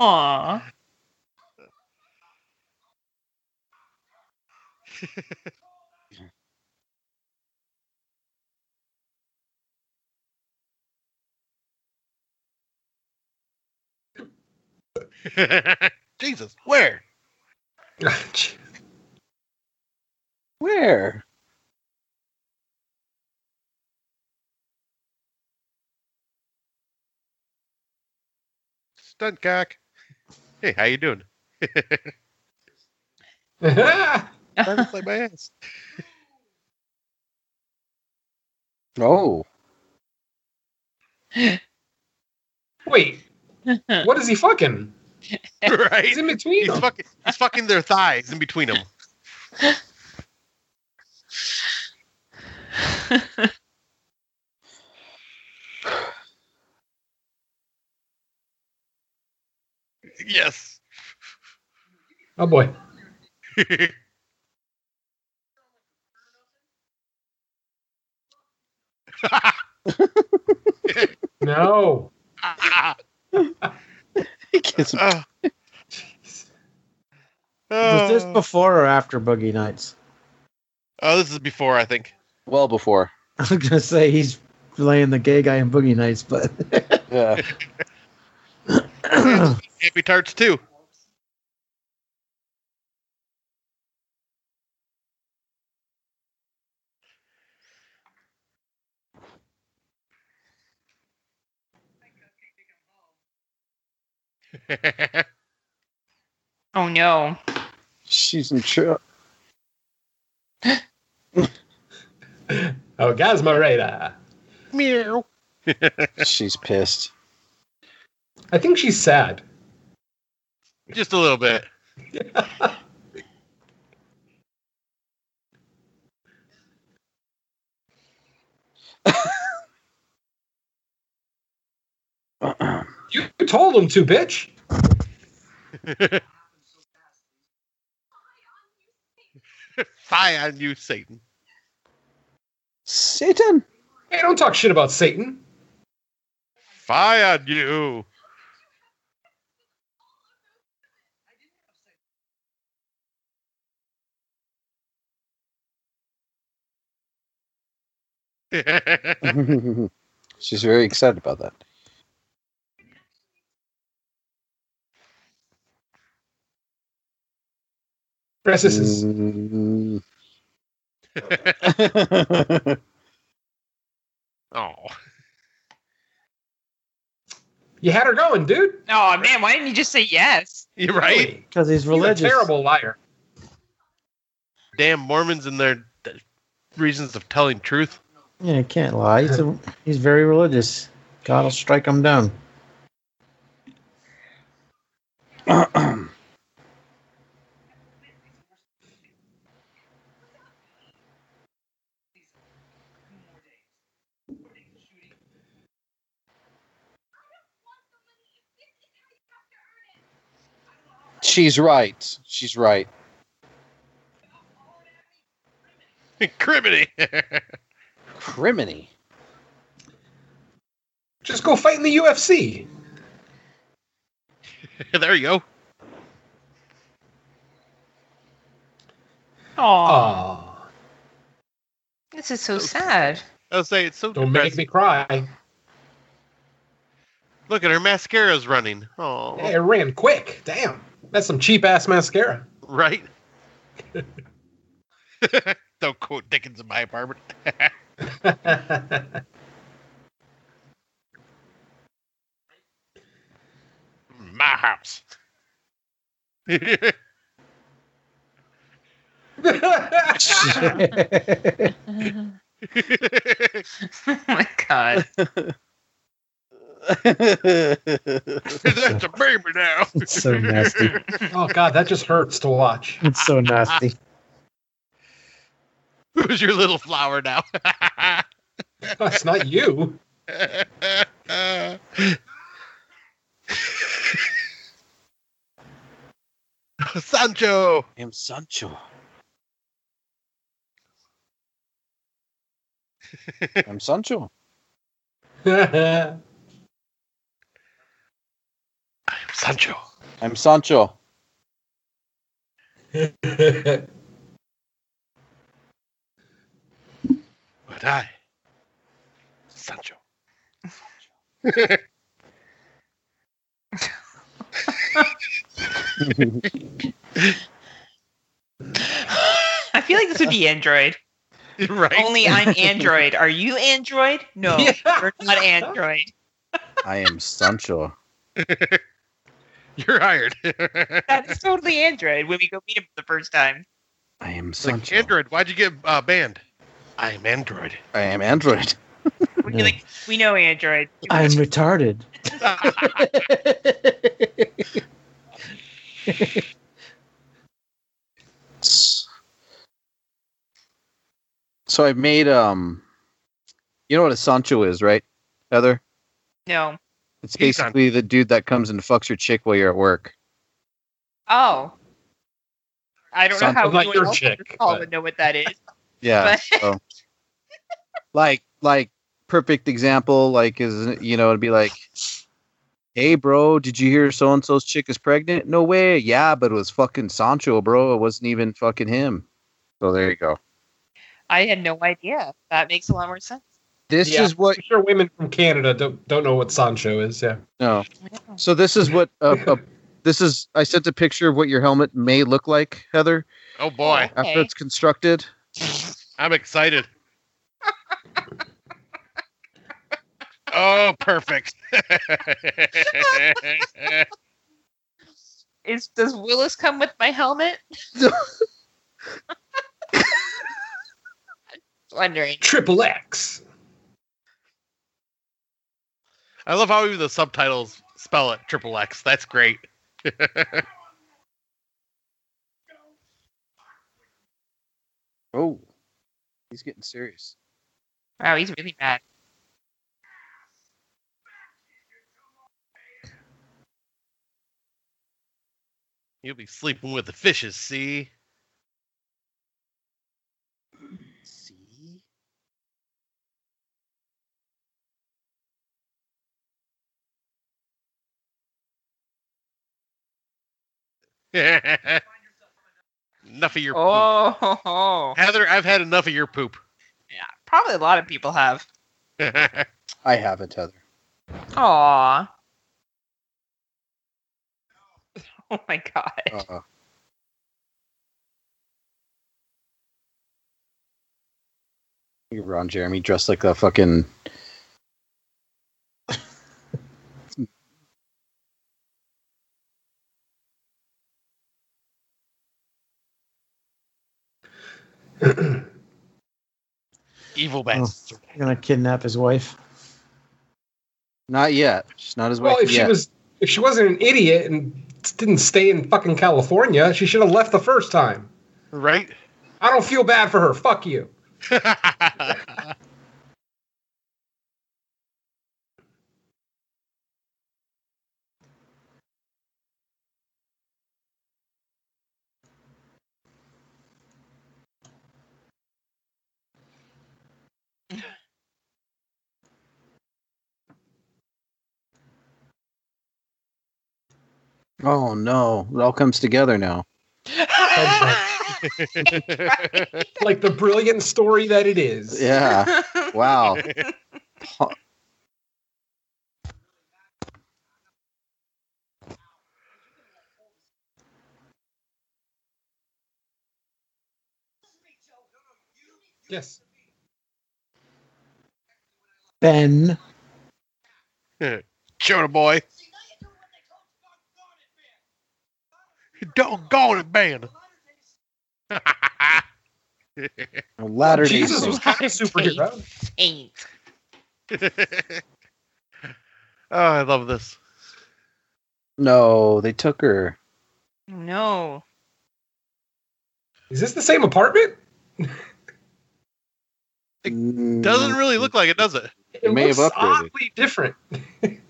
S4: Aw.
S3: Jesus, where?
S6: Gee.
S5: Where?
S3: Stunt cock. Hey, how you doing? Trying to play my ass.
S5: Oh,
S6: Wait, what is he fucking? He's
S3: right?
S6: in between
S3: He's
S6: them.
S3: fucking, he's fucking their thighs in between them. Yes.
S6: Oh boy. No.
S5: he gets
S3: Ah.
S6: Jeez.
S2: Was this
S3: oh,
S2: before or after Boogie Nights?
S3: oh, this is before, I think.
S5: well before.
S2: I was gonna say he's playing the gay guy in Boogie Nights, but
S5: Yeah.
S3: Happy Tarts too.
S4: Oh no!
S5: She's in trouble.
S6: Oh, guys, my radar.
S3: Meow.
S5: She's pissed.
S6: I think she's sad.
S3: Just a little bit.
S6: You told him to, bitch.
S3: Fie on you, Satan.
S5: Satan.
S6: Hey, don't talk shit about Satan.
S3: Fie on you.
S5: She's very excited about that.
S6: Ressus is
S5: Mm.
S3: oh.
S6: you had her going, dude.
S4: Oh man, why didn't you just say yes?
S3: You're right.
S6: Really?
S2: because he's
S6: You're a
S2: religious.
S6: terrible liar.
S3: Damn Mormons and their th- reasons of telling truth.
S2: Yeah, he can't lie. He's, a, he's very religious. God will strike him down.
S5: She's right. She's right.
S3: Criminy.
S5: Criminy.
S6: Just go fight in the UFC.
S3: there you go.
S4: Oh,
S6: Aw.
S4: this is so sad.
S3: I'll say it's so
S6: Don't make
S3: depressing.
S6: me cry.
S3: Look at her mascara's running. Oh,
S6: Hey, it ran quick. Damn. That's some cheap ass mascara.
S3: right. Don't quote Dickens in my apartment. My house.
S6: Oh, That's
S4: oh my god.
S5: That's
S3: That's a baby now.
S2: It's so nasty.
S6: Oh god, that just hurts to watch.
S2: It's so nasty.
S3: Who's your little flower now?
S6: That's not you.
S3: Sancho.
S5: am Sancho. I'm Sancho.
S6: That's
S3: Sancho.
S5: I'm Sancho.
S3: But I, Sancho.
S4: I feel like this would be Android.
S3: Right.
S4: Only I'm Android. Are you Android? No,
S6: Yeah.
S4: you're not Android.
S5: I am Sancho.
S3: You're hired.
S4: That is totally Android when we go meet him the first time.
S5: I am
S3: It's like,
S5: Sancho.
S3: Android, why'd you get uh, banned? I'm Android.
S5: I am Android.
S4: We'd be like, we know Android.
S2: I'm retarded.
S3: Oh,
S5: So I made um you know what a Sancho is, right? Heather?
S4: no.
S5: It's
S3: He's on-
S5: basically the dude that comes and fucks your chick while you're at work.
S4: Oh. I don't
S5: Sounds
S4: know how
S6: like
S4: anyone
S6: your
S4: else on
S6: chick,
S4: this call
S6: but-
S4: would know what that is.
S5: Yeah.
S4: But-
S5: so. Like like perfect example, like is you know, it'd be like Hey bro, did you hear so and so's chick is pregnant? No way. Yeah, but it was fucking Sancho, bro. It wasn't even fucking him. So there you go.
S4: I had no idea. That makes a lot more sense.
S5: This
S6: Yeah.
S5: is what
S6: I'm sure women from Canada don't don't know what Sancho is, yeah.
S5: no. So this is what uh, uh, this is. I sent a picture of what your helmet may look like, Heather,
S3: Oh boy,
S5: after
S4: Okay.
S5: it's constructed.
S3: I'm excited. oh, perfect.
S4: Is does Willis come with my helmet? Wondering.
S6: Triple X.
S3: I love how even the subtitles spell it triple X. That's great.
S5: Oh, he's getting serious.
S4: Wow, he's really mad.
S3: You'll be sleeping with the fishes, see?
S5: See?
S3: enough of your
S4: Oh, ho, ho.
S3: poop. Heather, I've had enough of your poop.
S4: yeah. Probably a lot of people have.
S5: I haven't, Heather.
S4: Aw. Oh my god.
S5: Uh, You're wrong, Jeremy. Dressed like a fucking.
S3: Evil bats.
S2: You're gonna kidnap his wife.
S5: Not yet. She's not as
S6: Well,
S5: well,
S6: if she
S5: yet.
S6: was if she wasn't an idiot and didn't stay in fucking California, she should have left the first time.
S3: Right?
S6: I don't feel bad for her. Fuck you.
S5: Oh no! It all comes together now.
S6: Like the brilliant story that it is.
S5: Yeah. Wow.
S6: Yes.
S2: Ben.
S3: Jonah boy. Doggone it, man.
S5: Latter Day
S6: Jesus was
S5: Saints.
S6: not a superhero.
S4: Ain't.
S3: oh, I love this.
S5: No, they took her.
S4: No.
S6: Is this the same apartment?
S5: It
S3: Doesn't really look like it, does it?
S6: It
S5: may have
S6: looks
S5: upgraded.
S6: oddly different.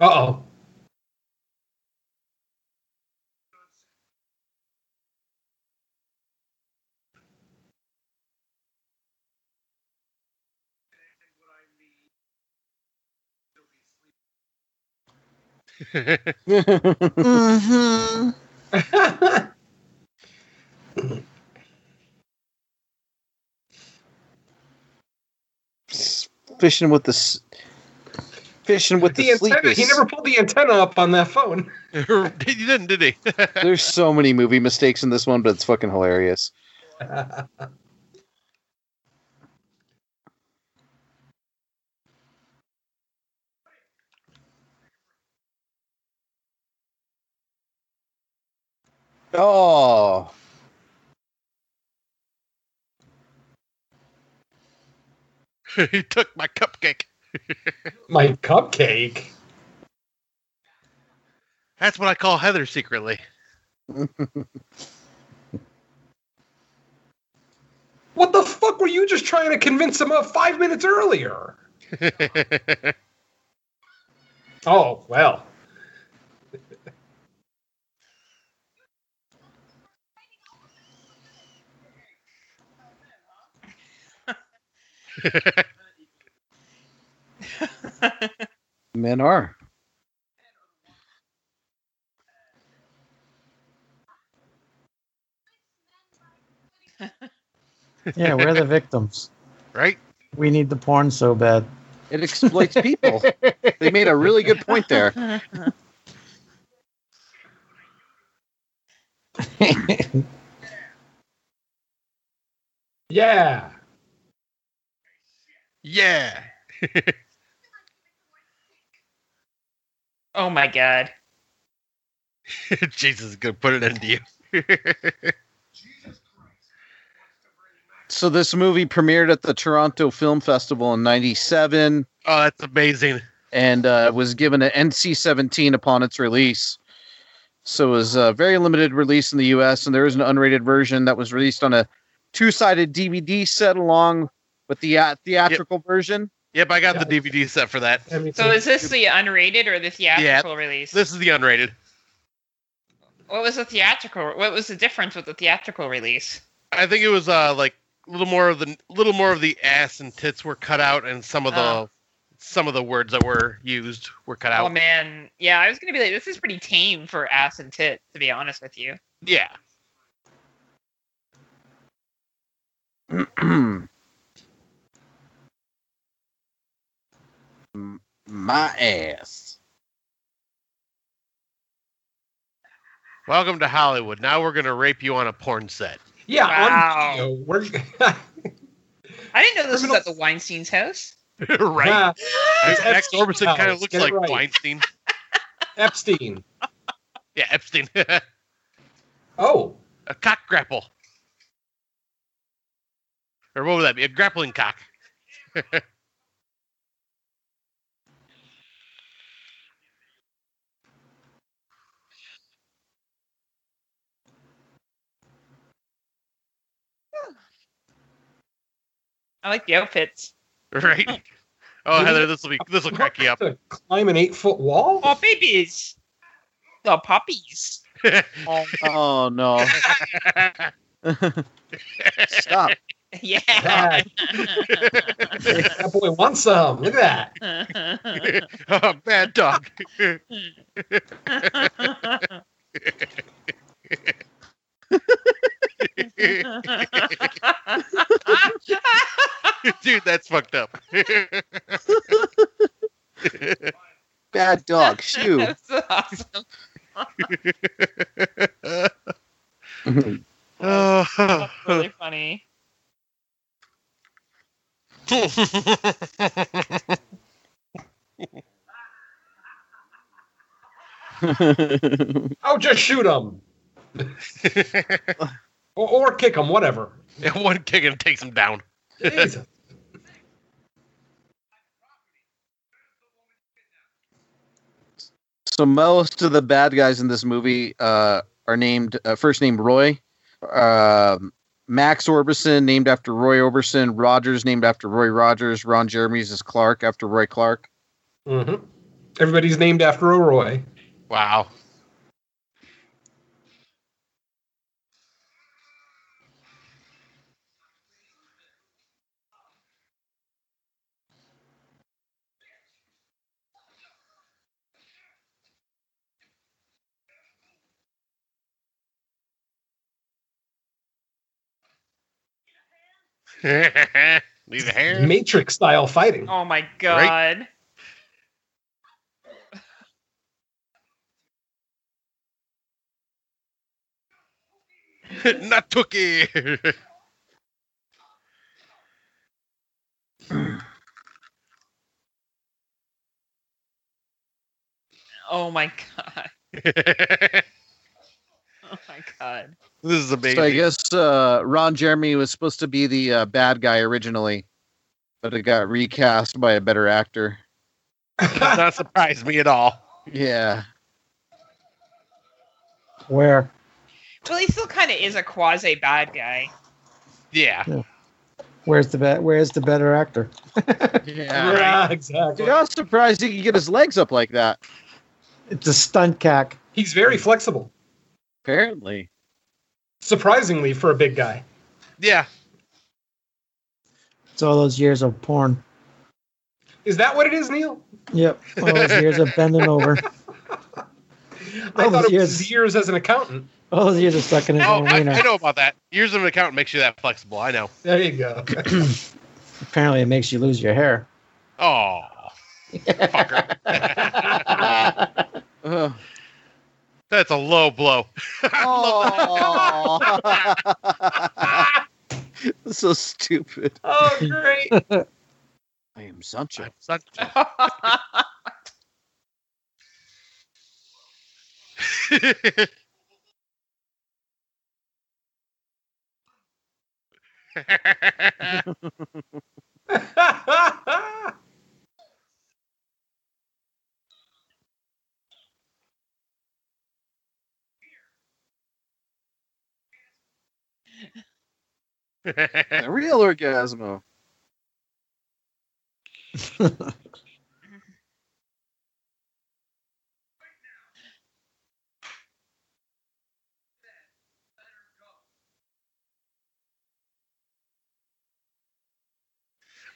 S6: uh oh.
S2: mm-hmm.
S5: fishing with the s- fishing with the,
S6: the antenna.
S5: sleepers.
S6: He never pulled the antenna up on that phone.
S3: you didn't, did he?
S5: There's so many movie mistakes in this one, but it's fucking hilarious. Oh,
S3: he took my cupcake.
S6: My cupcake.
S3: That's what I call Heather secretly.
S6: What the fuck were you just trying to convince him of five minutes earlier? Oh well.
S5: men are.
S2: Yeah, we're the victims.
S3: right?
S2: We need the porn so bad.
S5: It exploits people. they made a really good point there.
S6: Yeah.
S3: Yeah.
S4: oh my god.
S3: Jesus is going to put it into you.
S5: So this movie premiered at the Toronto Film Festival in '97
S3: oh, that's amazing.
S5: and uh, was given an NC-17 upon its release. So it was a very limited release in the U.S. and there is an unrated version that was released on a two-sided DVD set along But the uh, theatrical version,
S3: Yep, I got the DVD set for that.
S6: I mean,
S4: So is this the unrated or the theatrical release?
S3: This is the unrated.
S4: what was the theatrical? What was the difference with the theatrical release?
S3: I think it was uh like a little more of the little more of the ass and tits were cut out, and some of the
S4: Oh.
S3: some of the words that were used were cut out.
S6: Um,
S4: Oh man, yeah, I was gonna be like, this is pretty tame for ass and tit, to be honest with you.
S3: yeah,
S5: M- my ass.
S3: welcome to Hollywood. Now we're gonna rape you on a porn set.
S6: yeah,
S4: Wow.
S6: on video, we're
S4: I didn't know this was
S6: Criminal-
S4: at the Weinstein's house.
S3: right?
S6: Ah,
S3: Max
S6: it's Epstein
S3: Orbison kind
S6: house.
S3: of looks
S6: Get it
S3: like
S6: right.
S3: Weinstein.
S6: Epstein.
S3: Yeah, Epstein. a
S6: Oh,
S3: cock grapple. Or what would that be? A grappling cock.
S4: I like the outfits.
S3: Right. Oh, Heather, this will be this will crack you up.
S6: to climb an eight foot wall.
S4: Oh babies, the puppies.
S5: Oh, oh, no! Stop.
S4: Yeah.
S6: God, that boy wants some. Look at that.
S3: oh, bad dog. Dude, that's fucked up.
S5: Bad dog. Shoo.
S4: That's awesome.
S3: oh.
S4: That's really funny.
S6: Oh, just shoot him or, or kick him, whatever.
S3: One kick and takes him down.
S6: Jesus.
S5: so most of the bad guys in this movie uh, are named uh, first name Roy, um Max Orbison named after Roy Orbison, Rogers named after Roy Rogers, Ron Jeremy's is Clark after Roy Clark.
S6: hmm Everybody's named after O'Roy.
S3: Wow. Leave a hair.
S6: Matrix style fighting.
S4: Oh my god.
S3: Not Tookie.
S4: Oh my god.
S3: this
S4: Oh my god.
S3: is amazing.
S5: So I guess uh, Ron Jeremy was supposed to be the uh, bad guy originally, but it got recast by a better actor.
S3: Does not surprise me at all.
S5: Yeah.
S2: Where?
S4: Well, he still kind of is a quasi bad guy.
S3: Yeah.
S2: Where's the be- Where's the better actor?
S5: Yeah.
S6: yeah,
S5: Dude,
S6: exactly.
S5: I was surprised he could get his legs up like that.
S2: It's a stunt cack.
S6: He's very flexible,
S5: Apparently.
S6: surprisingly for a big guy.
S3: Yeah.
S2: It's all those years of porn.
S6: Is that what it is, Neil?
S2: Yep. All those years of bending over.
S6: I
S2: Oh,
S6: thought it was
S2: yes.
S6: his years as an accountant.
S2: All those years of sucking his
S3: Oh,
S2: own
S3: I, I
S2: wiener.
S3: know about that. Years of an account makes you that flexible. I know.
S6: There you go.
S2: Apparently, it makes you lose your hair.
S3: Oh. Fucker.
S5: Ugh.
S3: That's a low blow.
S5: Oh. Aw. so stupid.
S6: oh, great.
S5: I am such a.
S3: I'm such a-
S5: a real orgasmo.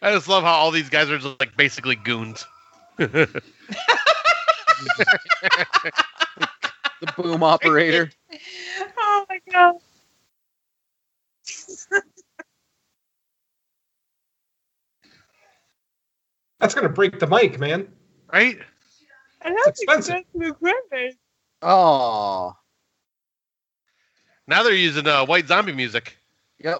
S3: I just love how all these guys are just like basically goons.
S5: the boom operator.
S4: Oh my god.
S6: That's gonna break the mic, man.
S3: Right?
S4: I
S6: It's expensive.
S4: equipment.
S5: Oh,
S3: Now they're using uh, white zombie music.
S5: yep.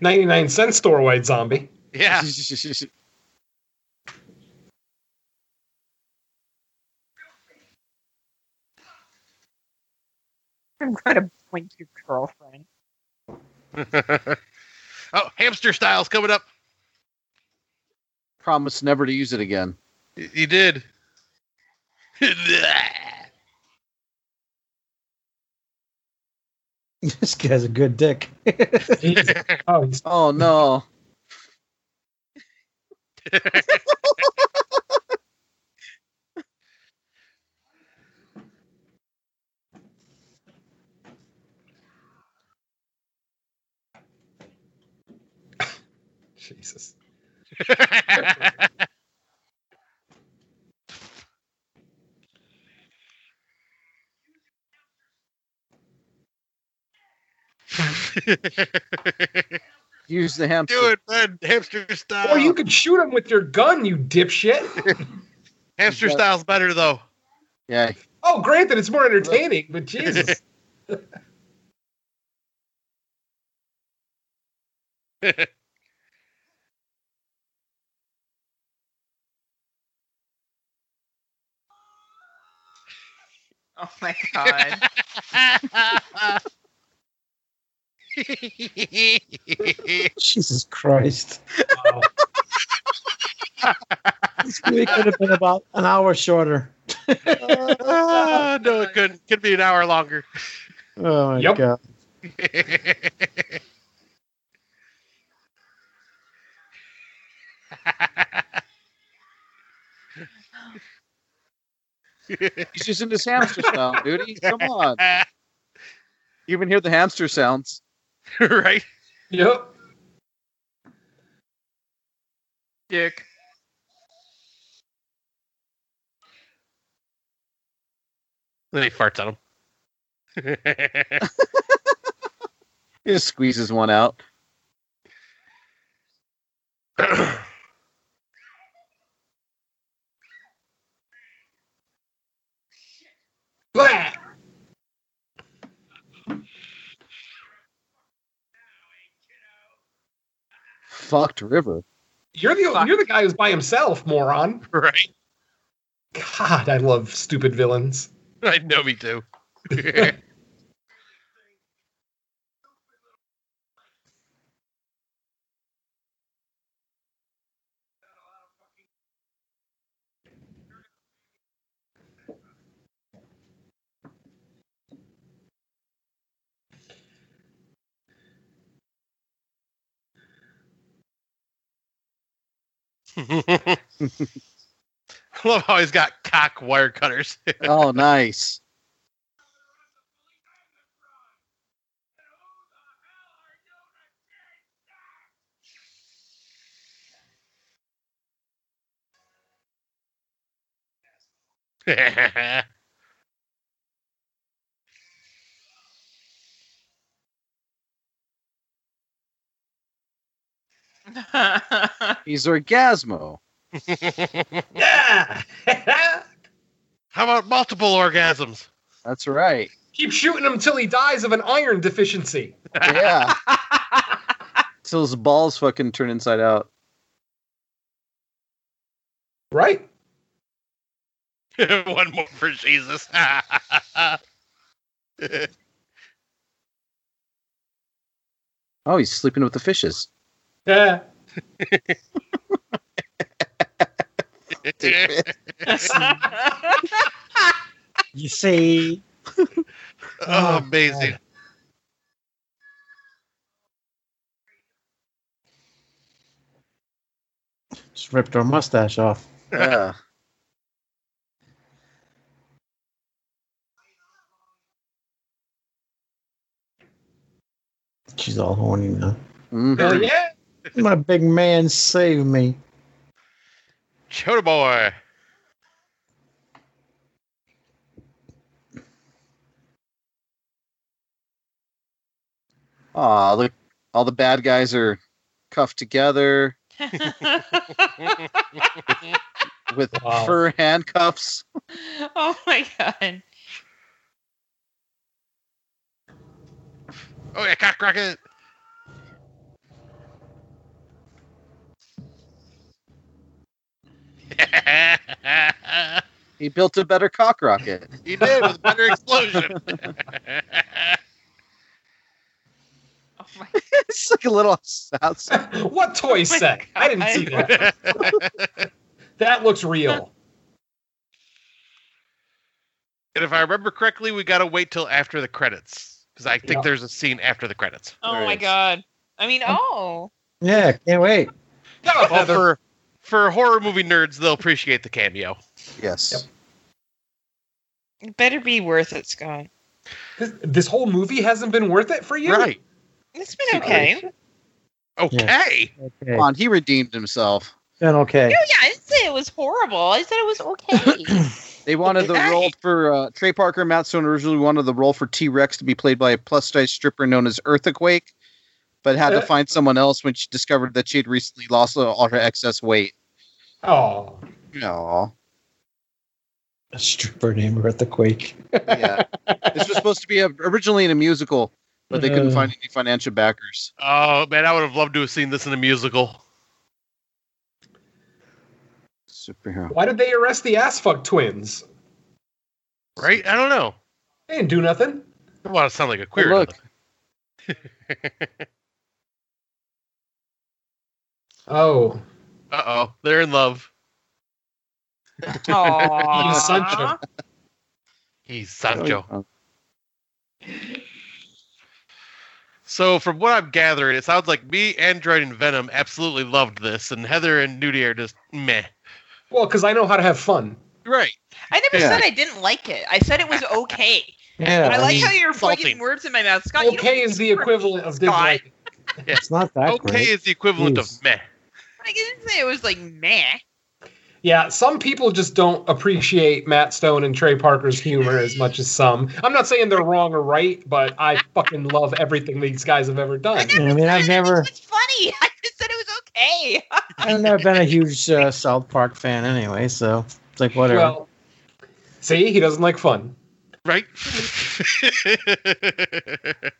S6: Ninety-nine cent store white zombie.
S3: Yeah.
S4: I'm gonna point your girlfriend.
S3: oh, hamster style's coming up.
S5: Promise never to use it again.
S3: Y- You did.
S2: this guy's a good dick.
S6: He's- oh, he's
S5: Oh no.
S6: Jesus.
S5: Use the hamster.
S3: Do it, man. Hamster style.
S6: Or you could shoot him with your gun, you dipshit.
S3: Hamster style's better though.
S5: Yeah.
S6: oh, granted, it's more entertaining, but Jesus.
S4: Oh my god.
S2: Jesus Christ.
S6: Wow.
S2: This movie could have been about an hour shorter.
S3: Ah, no, it couldn't. Could be an hour longer.
S2: Oh my
S6: Yep.
S2: god.
S5: He's using his hamster sound, dude. He- Come on. You even hear the hamster sounds.
S3: right?
S6: Yep.
S4: Dick.
S3: Then he farts on him.
S5: He just squeezes one out.
S6: Blah!
S5: Fucked river.
S6: You're the you're the guy who's by himself, moron.
S3: right?
S6: God, I love stupid villains.
S3: I know me too. I love how he's got cock wire cutters.
S5: Oh, nice.
S3: That's
S5: He's orgasmo.
S6: Yeah.
S3: How about multiple orgasms?
S5: That's right.
S6: Keep shooting him till he dies of an iron deficiency.
S5: Yeah. Till his balls fucking turn inside out.
S6: Right?
S3: One more for Jesus.
S5: Oh, he's sleeping with the fishes.
S6: Yeah.
S2: You see,
S3: oh, amazing.
S2: Just ripped our mustache off.
S5: Yeah.
S2: She's all horny now.
S5: Mhm.
S6: Hell yeah.
S2: My big man saved me.
S3: Chota boy.
S5: Aw, look, all the bad guys are cuffed together with
S6: Wow.
S5: fur handcuffs.
S4: oh my god.
S3: Oh yeah, cock rocket.
S5: He built a better cock rocket.
S3: he did with better explosion.
S4: Oh my
S5: it's like a little south.
S6: what toy
S4: my
S6: set? I didn't see
S4: God.
S6: that. That looks real.
S3: and if I remember correctly, we gotta wait till after the credits because I think
S6: Yeah.
S3: there's a scene after the credits.
S4: Oh
S5: There
S4: my
S5: it is.
S4: god. I mean, oh.
S2: Yeah, can't wait.
S6: No,
S3: Well,
S6: Heather.
S3: for for horror movie nerds, they'll appreciate the cameo.
S5: Yes.
S6: Yep.
S4: It better be worth it, Scott.
S6: This, this whole movie hasn't been worth it for you?
S3: Right.
S4: It's been okay. Oh,
S3: Okay.
S2: Okay.
S5: Come on, he redeemed himself.
S2: Then okay.
S4: No, yeah, I didn't say it was horrible. I said it was okay.
S5: They wanted the
S3: Hey.
S5: role for uh, Trey Parker and Matt Stone originally wanted the role for T Rex to be played by a plus size stripper known as Earthquake, but had to
S6: Eh.
S5: find someone else when she discovered that she had recently lost all her excess weight.
S6: Oh.
S5: Aw.
S2: A stripper named Earthquake.
S5: Yeah. this was supposed to be a, originally in a musical, but they
S6: Mm.
S5: couldn't
S2: Uh.
S5: find any financial backers.
S3: Oh man, I would have loved to have seen this in a musical.
S5: Superhero.
S6: Why did they arrest the ass fuck twins?
S3: Right? I don't know.
S6: They didn't do nothing.
S3: I want to sound like a
S5: Hey,
S3: queer.
S5: look,
S6: Oh.
S3: Uh oh, they're in love.
S4: Aww.
S6: Sancho.
S3: He's Sancho.
S5: Oh,
S3: So, from what I'm gathering, it sounds like me, Android, and Venom absolutely loved this, and Heather and Nudie are just meh.
S6: Well, because I know how to have fun.
S3: Right.
S4: I never
S5: Yeah.
S4: said I didn't like it. I said it was okay.
S2: Yeah,
S4: I like
S2: mean,
S4: how you're
S3: salty.
S4: putting words in my mouth, Scott. you
S6: okay
S4: don't
S6: is the
S4: speak for
S6: equivalent
S4: me,
S6: of didn't
S4: Scott.
S6: like it.
S2: it's not that
S3: okay
S2: great.
S3: is the equivalent
S2: Jeez.
S3: of meh.
S4: Like, I didn't say it was like meh.
S6: Yeah, some people just don't appreciate Matt Stone and Trey Parker's humor as much as some. I'm not saying they're wrong or right, but I fucking love everything these guys have ever done.
S2: I mean, I've never,
S4: It's funny. I just said it was okay.
S2: I've never been a huge uh, South Park fan anyway, so it's like whatever.
S6: Well, see, he doesn't like fun.
S3: Right?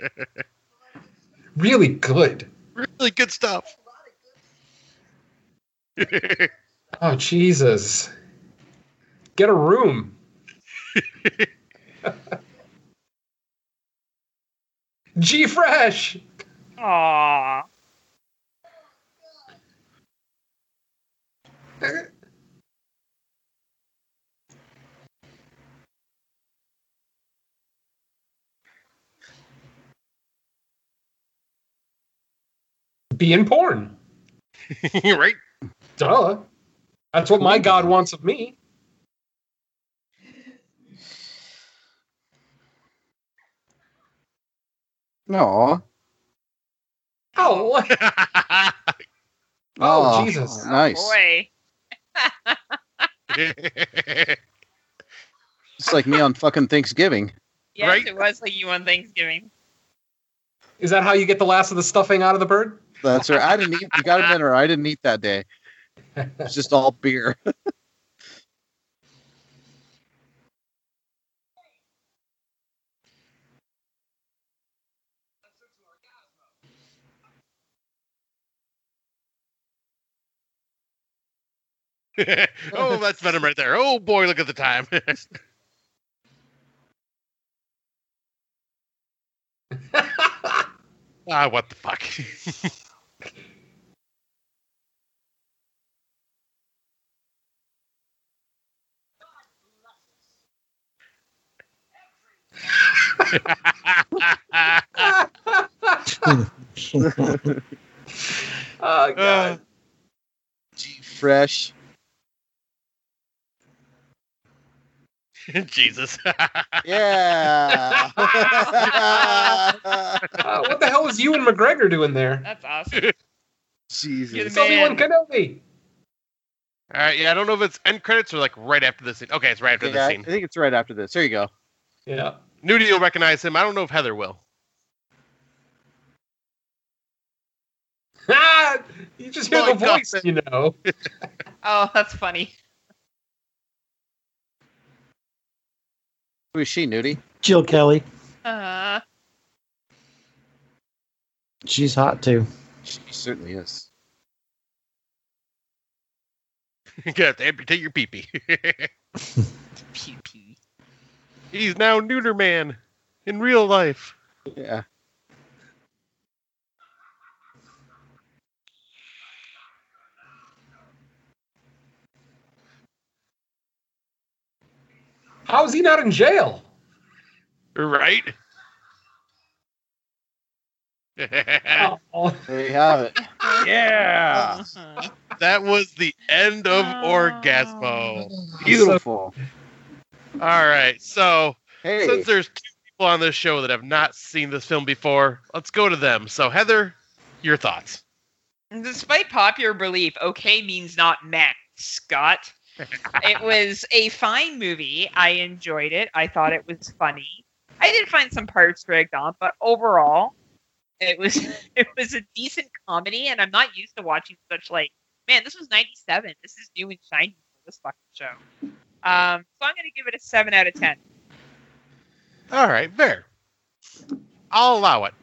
S6: Really good.
S3: really good stuff.
S6: Oh Jesus! Get a room. G Fresh.
S4: Aww.
S6: Be in porn.
S3: right?
S6: Duh. That's what my God wants of me.
S5: no.
S6: Oh. Oh, Jesus.
S5: Nice.
S4: Boy.
S5: It's like me on fucking Thanksgiving.
S4: Yes,
S3: Right?
S4: it was like you on Thanksgiving.
S6: Is that how you get the last of the stuffing out of the bird?
S5: That's right. I didn't eat. You got to admit, or I didn't eat that day. It's just all beer.
S3: oh, that's Venom right there. Oh boy, look at the time. ah, what the fuck?
S6: Oh, God.
S3: Uh,
S6: Oh,
S5: fresh.
S3: Jesus.
S5: Yeah.
S6: Uh, what the hell was you and McGregor doing there?
S4: That's awesome. You're
S5: Jesus.
S4: the
S6: Obi Wan
S4: man.
S6: Kenobi.
S3: All right, yeah, I don't know if it's end credits or like right after the scene. Okay, it's right after
S5: Yeah,
S3: the
S5: I
S3: scene.
S5: think it's right after this. There you go.
S6: Yeah.
S3: Nudie will recognize him. I don't know if Heather will.
S6: Ah, you just hear
S3: My
S6: the voice,
S3: God.
S6: you know.
S4: Oh, that's funny.
S5: Who is she, Nudie?
S2: Jill Kelly.
S4: Uh,
S2: She's hot too.
S5: She certainly is.
S3: you have to amputate your peepee.
S4: pew pew.
S3: He's now Neuter Man in real life.
S5: Yeah.
S6: How is he not in jail?
S3: Right?
S6: Oh,
S5: There you have it.
S3: yeah!
S4: Uh-huh.
S3: That was the end of Orgasmo. All
S5: Beautiful.
S3: right, so
S5: Hey.
S3: since there's two people on this show that have not seen this film before, let's go to them. So, Heather, your thoughts.
S4: Despite popular belief, okay means not meant, Scott. it was a fine movie. I enjoyed it. I thought it was funny. I did find some parts dragged on, but overall, it was it was a decent comedy, and I'm not used to watching such like man, this was '97. This is new and shiny for this fucking show. Um, so I'm gonna give it a seven out of ten.
S3: All right, fair. I'll allow it.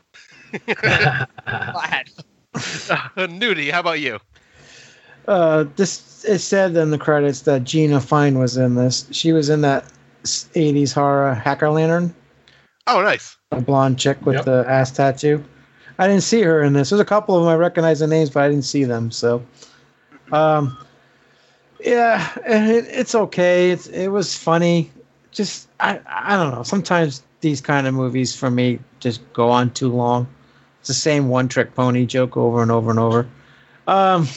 S4: Glad.
S3: Nudie, how about you?
S2: Uh, this it said in the credits that Gina Fine was in this. She was in that '80s horror Hacker Lantern,
S3: Oh, nice.
S2: a blonde chick with
S6: Yep.
S2: the ass tattoo. I didn't see her in this. There's a couple of them I recognize the names, but I didn't see them. So, um, yeah, it, it's okay. It's it was funny. Just I I don't know. Sometimes these kind of movies for me just go on too long. It's the same one trick pony joke over and over and over. Um,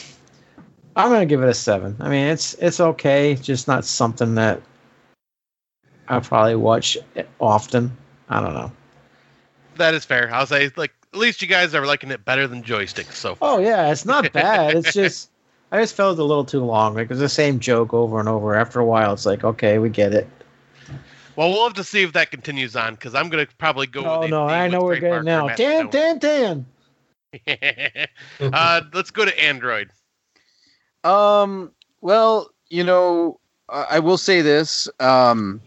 S2: I'm gonna give it a seven. I mean, it's it's okay. It's just not something that I probably watch often. I don't know.
S3: That is fair. I'll say, like, at least you guys are liking it better than joysticks. So,
S2: Oh yeah, it's not bad. it's just I just felt a little too long. Like it was the same joke over and over. After a while, it's like, okay, we get it.
S3: well, we'll have to see if that continues on because I'm gonna probably go.
S2: oh
S3: with
S2: no,
S3: AD
S2: I
S3: with
S2: know we're
S3: Trey
S2: getting now.
S3: Parker,
S2: Dan,
S3: Matt
S2: Dan, Dan.
S3: Stone. uh, let's go to Android.
S5: Um. Well, you know, I, I will say this. Um.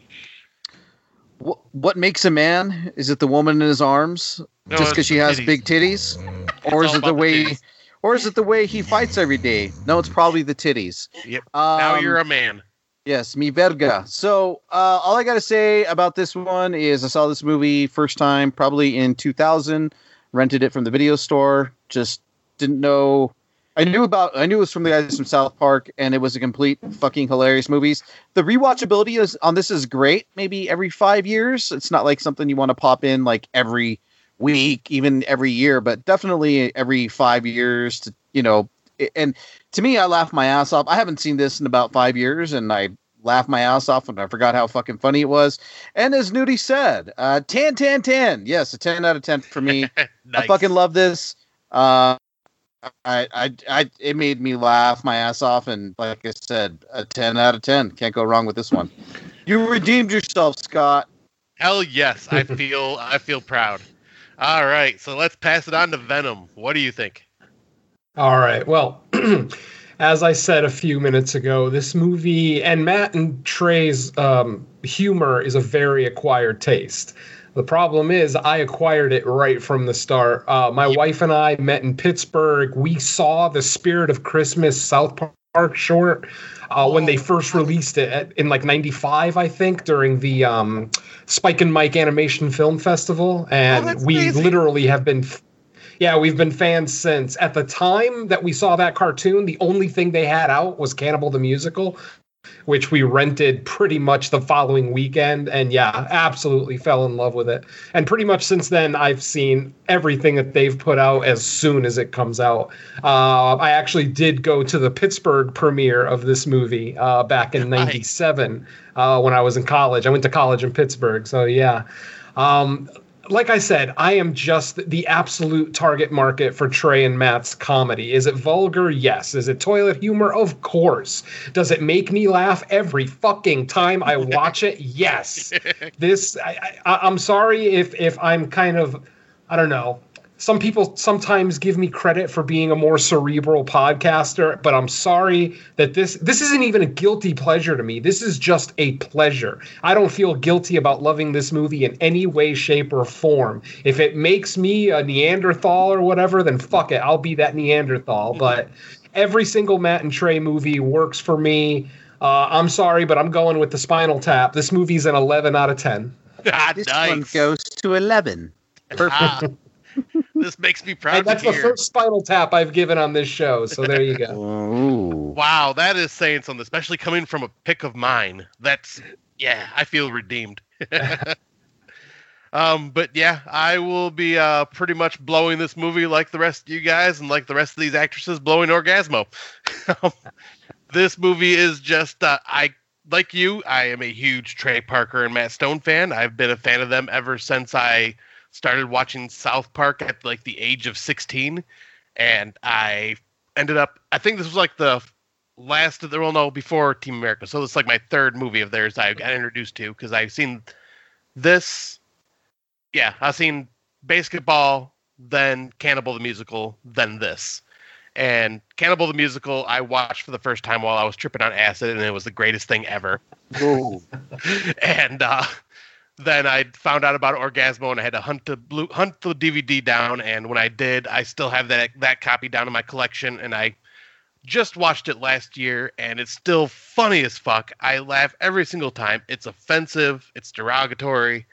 S5: Wh- what makes a man? Is it the woman in his arms,
S3: No,
S5: just because
S3: it's
S5: she
S3: the
S5: has
S3: titties.
S5: big titties, or
S3: It's all
S5: is it the
S3: about the
S5: way,
S3: titties.
S5: or is it the way he fights every day? No, it's probably the titties.
S3: Yep.
S5: Um,
S3: now you're a man.
S5: Yes, mi verga. So uh, all I gotta say about this one is I saw this movie first time probably in 2000. Rented it from the video store. Just didn't know. I knew about. I knew it was from the guys from South Park, and it was a complete fucking hilarious movies. The rewatchability is on this is great. Maybe every five years. It's not like something you want to pop in like every week, even every year, but definitely every five years to you know. a- And to me, I laugh my ass off. I haven't seen this in about five years, and I laughed my ass off, and I forgot how fucking funny it was. And as Nudie said, uh, 10, 10, 10. Yes, a 10 out of 10 for me.
S3: Nice.
S5: I fucking love this. Uh, I, I, I, it made me laugh my ass off, and like I said, a 10 out of 10. Can't go wrong with this one. You redeemed yourself, Scott.
S3: Hell yes, I feel. I feel proud. All right, so let's pass it on to Venom. What do you think?
S6: All right. Well, as I said a few minutes ago, this movie and Matt and Trey's um, humor is a very acquired taste. The problem is, I acquired it right from the start. Uh, my wife and I met in Pittsburgh. We saw the Spirit of Christmas South Park short uh, when they
S3: Oh,
S6: first released it at, in like '95, I think, during the um, Spike and Mike Animation Film Festival, and
S3: that's
S6: we
S3: crazy.
S6: literally have been yeah, we've been fans since. At the time that we saw that cartoon, the only thing they had out was Cannibal the Musical. which we rented pretty much the following weekend. And yeah, absolutely fell in love with it. And pretty much since then, I've seen everything that they've put out as soon as it comes out. Uh, I actually did go to the Pittsburgh premiere of this movie uh, back in
S3: Nice.
S6: '97 uh, when I was in college. I went to college in Pittsburgh. So yeah. Um, like I said, I am just the absolute target market for Trey and Matt's comedy. Is it vulgar? Yes. Is it toilet humor? Of course. Does it make me laugh every fucking time I watch it? Yes. This, I, I, I'm sorry if if I'm kind of, I don't know. Some people sometimes give me credit for being a more cerebral podcaster, but I'm sorry that this this isn't even a guilty pleasure to me. This is just a pleasure. I don't feel guilty about loving this movie in any way, shape, or form. If it makes me a Neanderthal or whatever, then fuck it. I'll be that Neanderthal.
S3: Mm-hmm.
S6: But every single Matt and Trey movie works for me. Uh, I'm sorry, but I'm going with the Spinal Tap. This movie's an 11 out of 10.
S3: Ah,
S5: This one
S3: nice.
S5: goes to eleven.
S3: Ah. this makes me proud
S6: And that's
S3: to
S6: the
S3: hear.
S6: first Spinal Tap I've given on this show. So there you go.
S5: Ooh.
S3: Wow, that is saying something, especially coming from a pick of mine. That's yeah, I feel redeemed. um, but yeah, I will be uh, pretty much blowing this movie like the rest of you guys and like the rest of these actresses blowing Orgasmo. this movie is just uh, I like you. I am a huge Trey Parker and Matt Stone fan. I've been a fan of them ever since I started watching South Park at like the age of sixteen, and I ended up. I think this was like the last of the well, no, before Team America. So it's like my third movie of theirs I got introduced to because I've seen this. Yeah, I've seen basketball, then Cannibal the musical, then this. And Cannibal the musical, I watched for the first time while I was tripping on acid, and it was the greatest thing ever.
S5: Ooh.
S3: and uh, then I found out about Orgasmo, and I had to hunt the blue, hunt the DVD down. And when I did, I still have that that copy down in my collection, and I just watched it last year and it's still funny as fuck. I laugh every single time. It's offensive, it's derogatory.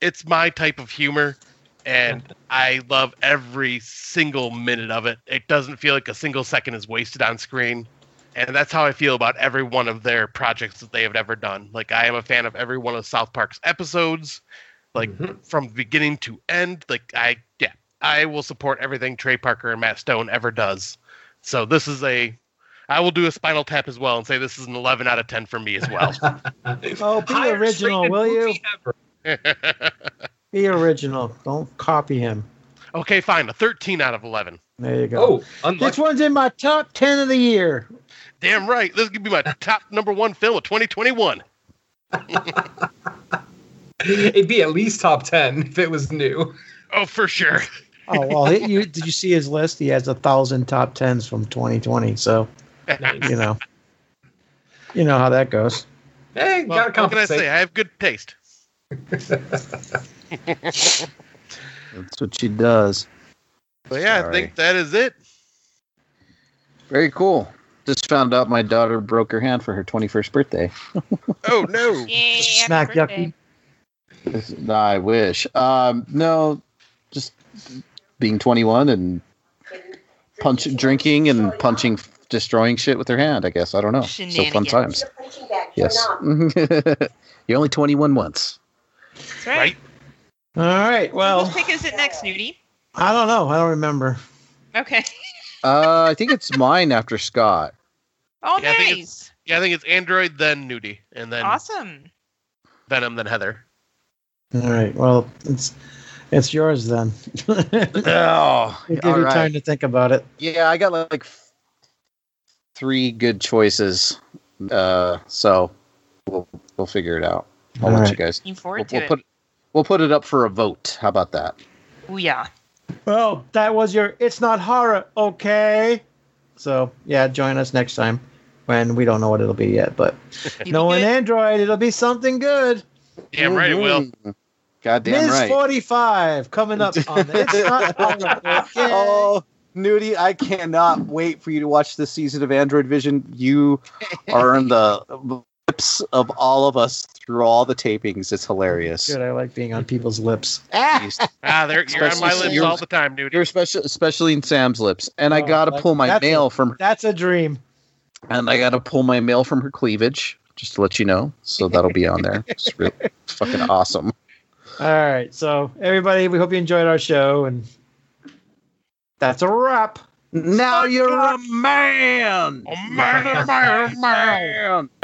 S3: It's my type of humor and I love every single minute of it. It doesn't feel like a single second is wasted on screen. And that's how I feel about every one of their projects that they have ever done. Like I am a fan of every one of South Park's episodes, like
S6: Mhm.
S3: from beginning to end. Like I yeah, I will support everything Trey Parker and Matt Stone ever does. So this is a I will do a spinal tap as well and say this is an 11 out of 10 for me as well.
S2: Oh, be
S4: Highest
S2: original,
S4: rated
S2: will you?
S4: movie ever.
S2: Be original. Don't copy him.
S3: okay, fine. A 13 out of 11.
S2: There you go.
S6: Oh,
S2: this
S6: unlucky.
S2: one's in my top ten of the year.
S3: Damn right. This could be my top number 1 film of 2021.
S6: It'd be at least top 10 if it was new.
S3: Oh, for sure.
S2: Oh well, he, you, did you see his list? He has a thousand top tens from 2020. So you know, you know how that goes.
S6: Hey,
S3: Well,
S6: gotta
S3: what can I
S6: compensate.
S3: say? I have good taste.
S5: That's what she does.
S3: But yeah, I
S5: Sorry.
S3: think that is it.
S5: Very cool. Just found out my daughter broke her hand for her 21st birthday.
S3: Oh no.
S4: Yay, happy
S2: Smack yucky.
S4: birthday.
S5: This- nah, I wish. Um, no, just being 21 and punch drinking and punching, destroying shit with her hand. I guess I don't know. So fun
S4: Shenanigans.
S5: times. Yes. You're only 21 once.
S4: That's right.
S3: Right?
S2: All right.
S4: Well,
S2: Well,
S4: pick is it next, Nudie?
S2: I don't know. I don't remember.
S4: Okay.
S5: Uh, I think it's mine after Scott.
S4: Oh,
S3: Yeah, I think
S4: nice.
S3: Yeah, I think it's Android then Nudie and then
S4: Awesome.
S3: Venom then Heather.
S2: All right. Well, it's it's yours then.
S5: Oh,
S2: We'll give you time to think about it.
S5: Yeah, I got like f- three good choices. Uh, so we'll we'll figure it out. I'll
S2: All
S5: let
S2: right.
S5: you guys.
S4: Looking
S5: We'll,
S4: forward
S5: we'll
S4: to
S5: put we'll put it up for a vote. How about that?
S4: it. Ooh, yeah.
S2: Well, that was your It's Not Horror, okay? So, yeah, join us next time when we don't know what it'll be yet, but
S4: It'll
S2: no
S4: be
S2: an
S4: good.
S2: Android, it'll be something good.
S3: Damn right it will.
S5: Mhm. God damn
S2: Ms.
S5: right.
S2: 45 coming up on the It's Not Horror, okay?
S5: Oh, Nudie, I cannot wait for you to watch this season of Android Vision. You are on the lips of all of us through all the tapings. It's hilarious.
S2: Good, I like being on people's lips.
S3: Ah, there you're on my
S5: Especially
S3: lips
S5: yours.
S3: all the time, Nudie.
S5: You're especially, especially in Sam's lips, and I
S2: Oh,
S5: gotta
S2: like-
S5: pull my
S2: that's
S5: mail from.
S2: That's a dream.
S5: And I got to pull my mail from her cleavage, just to let you know. So that'll be on there. It's really fucking awesome.
S2: All right. So, everybody, we hope you enjoyed our show. And that's a wrap.
S5: Now you're a man.
S3: Oh, man, man, man.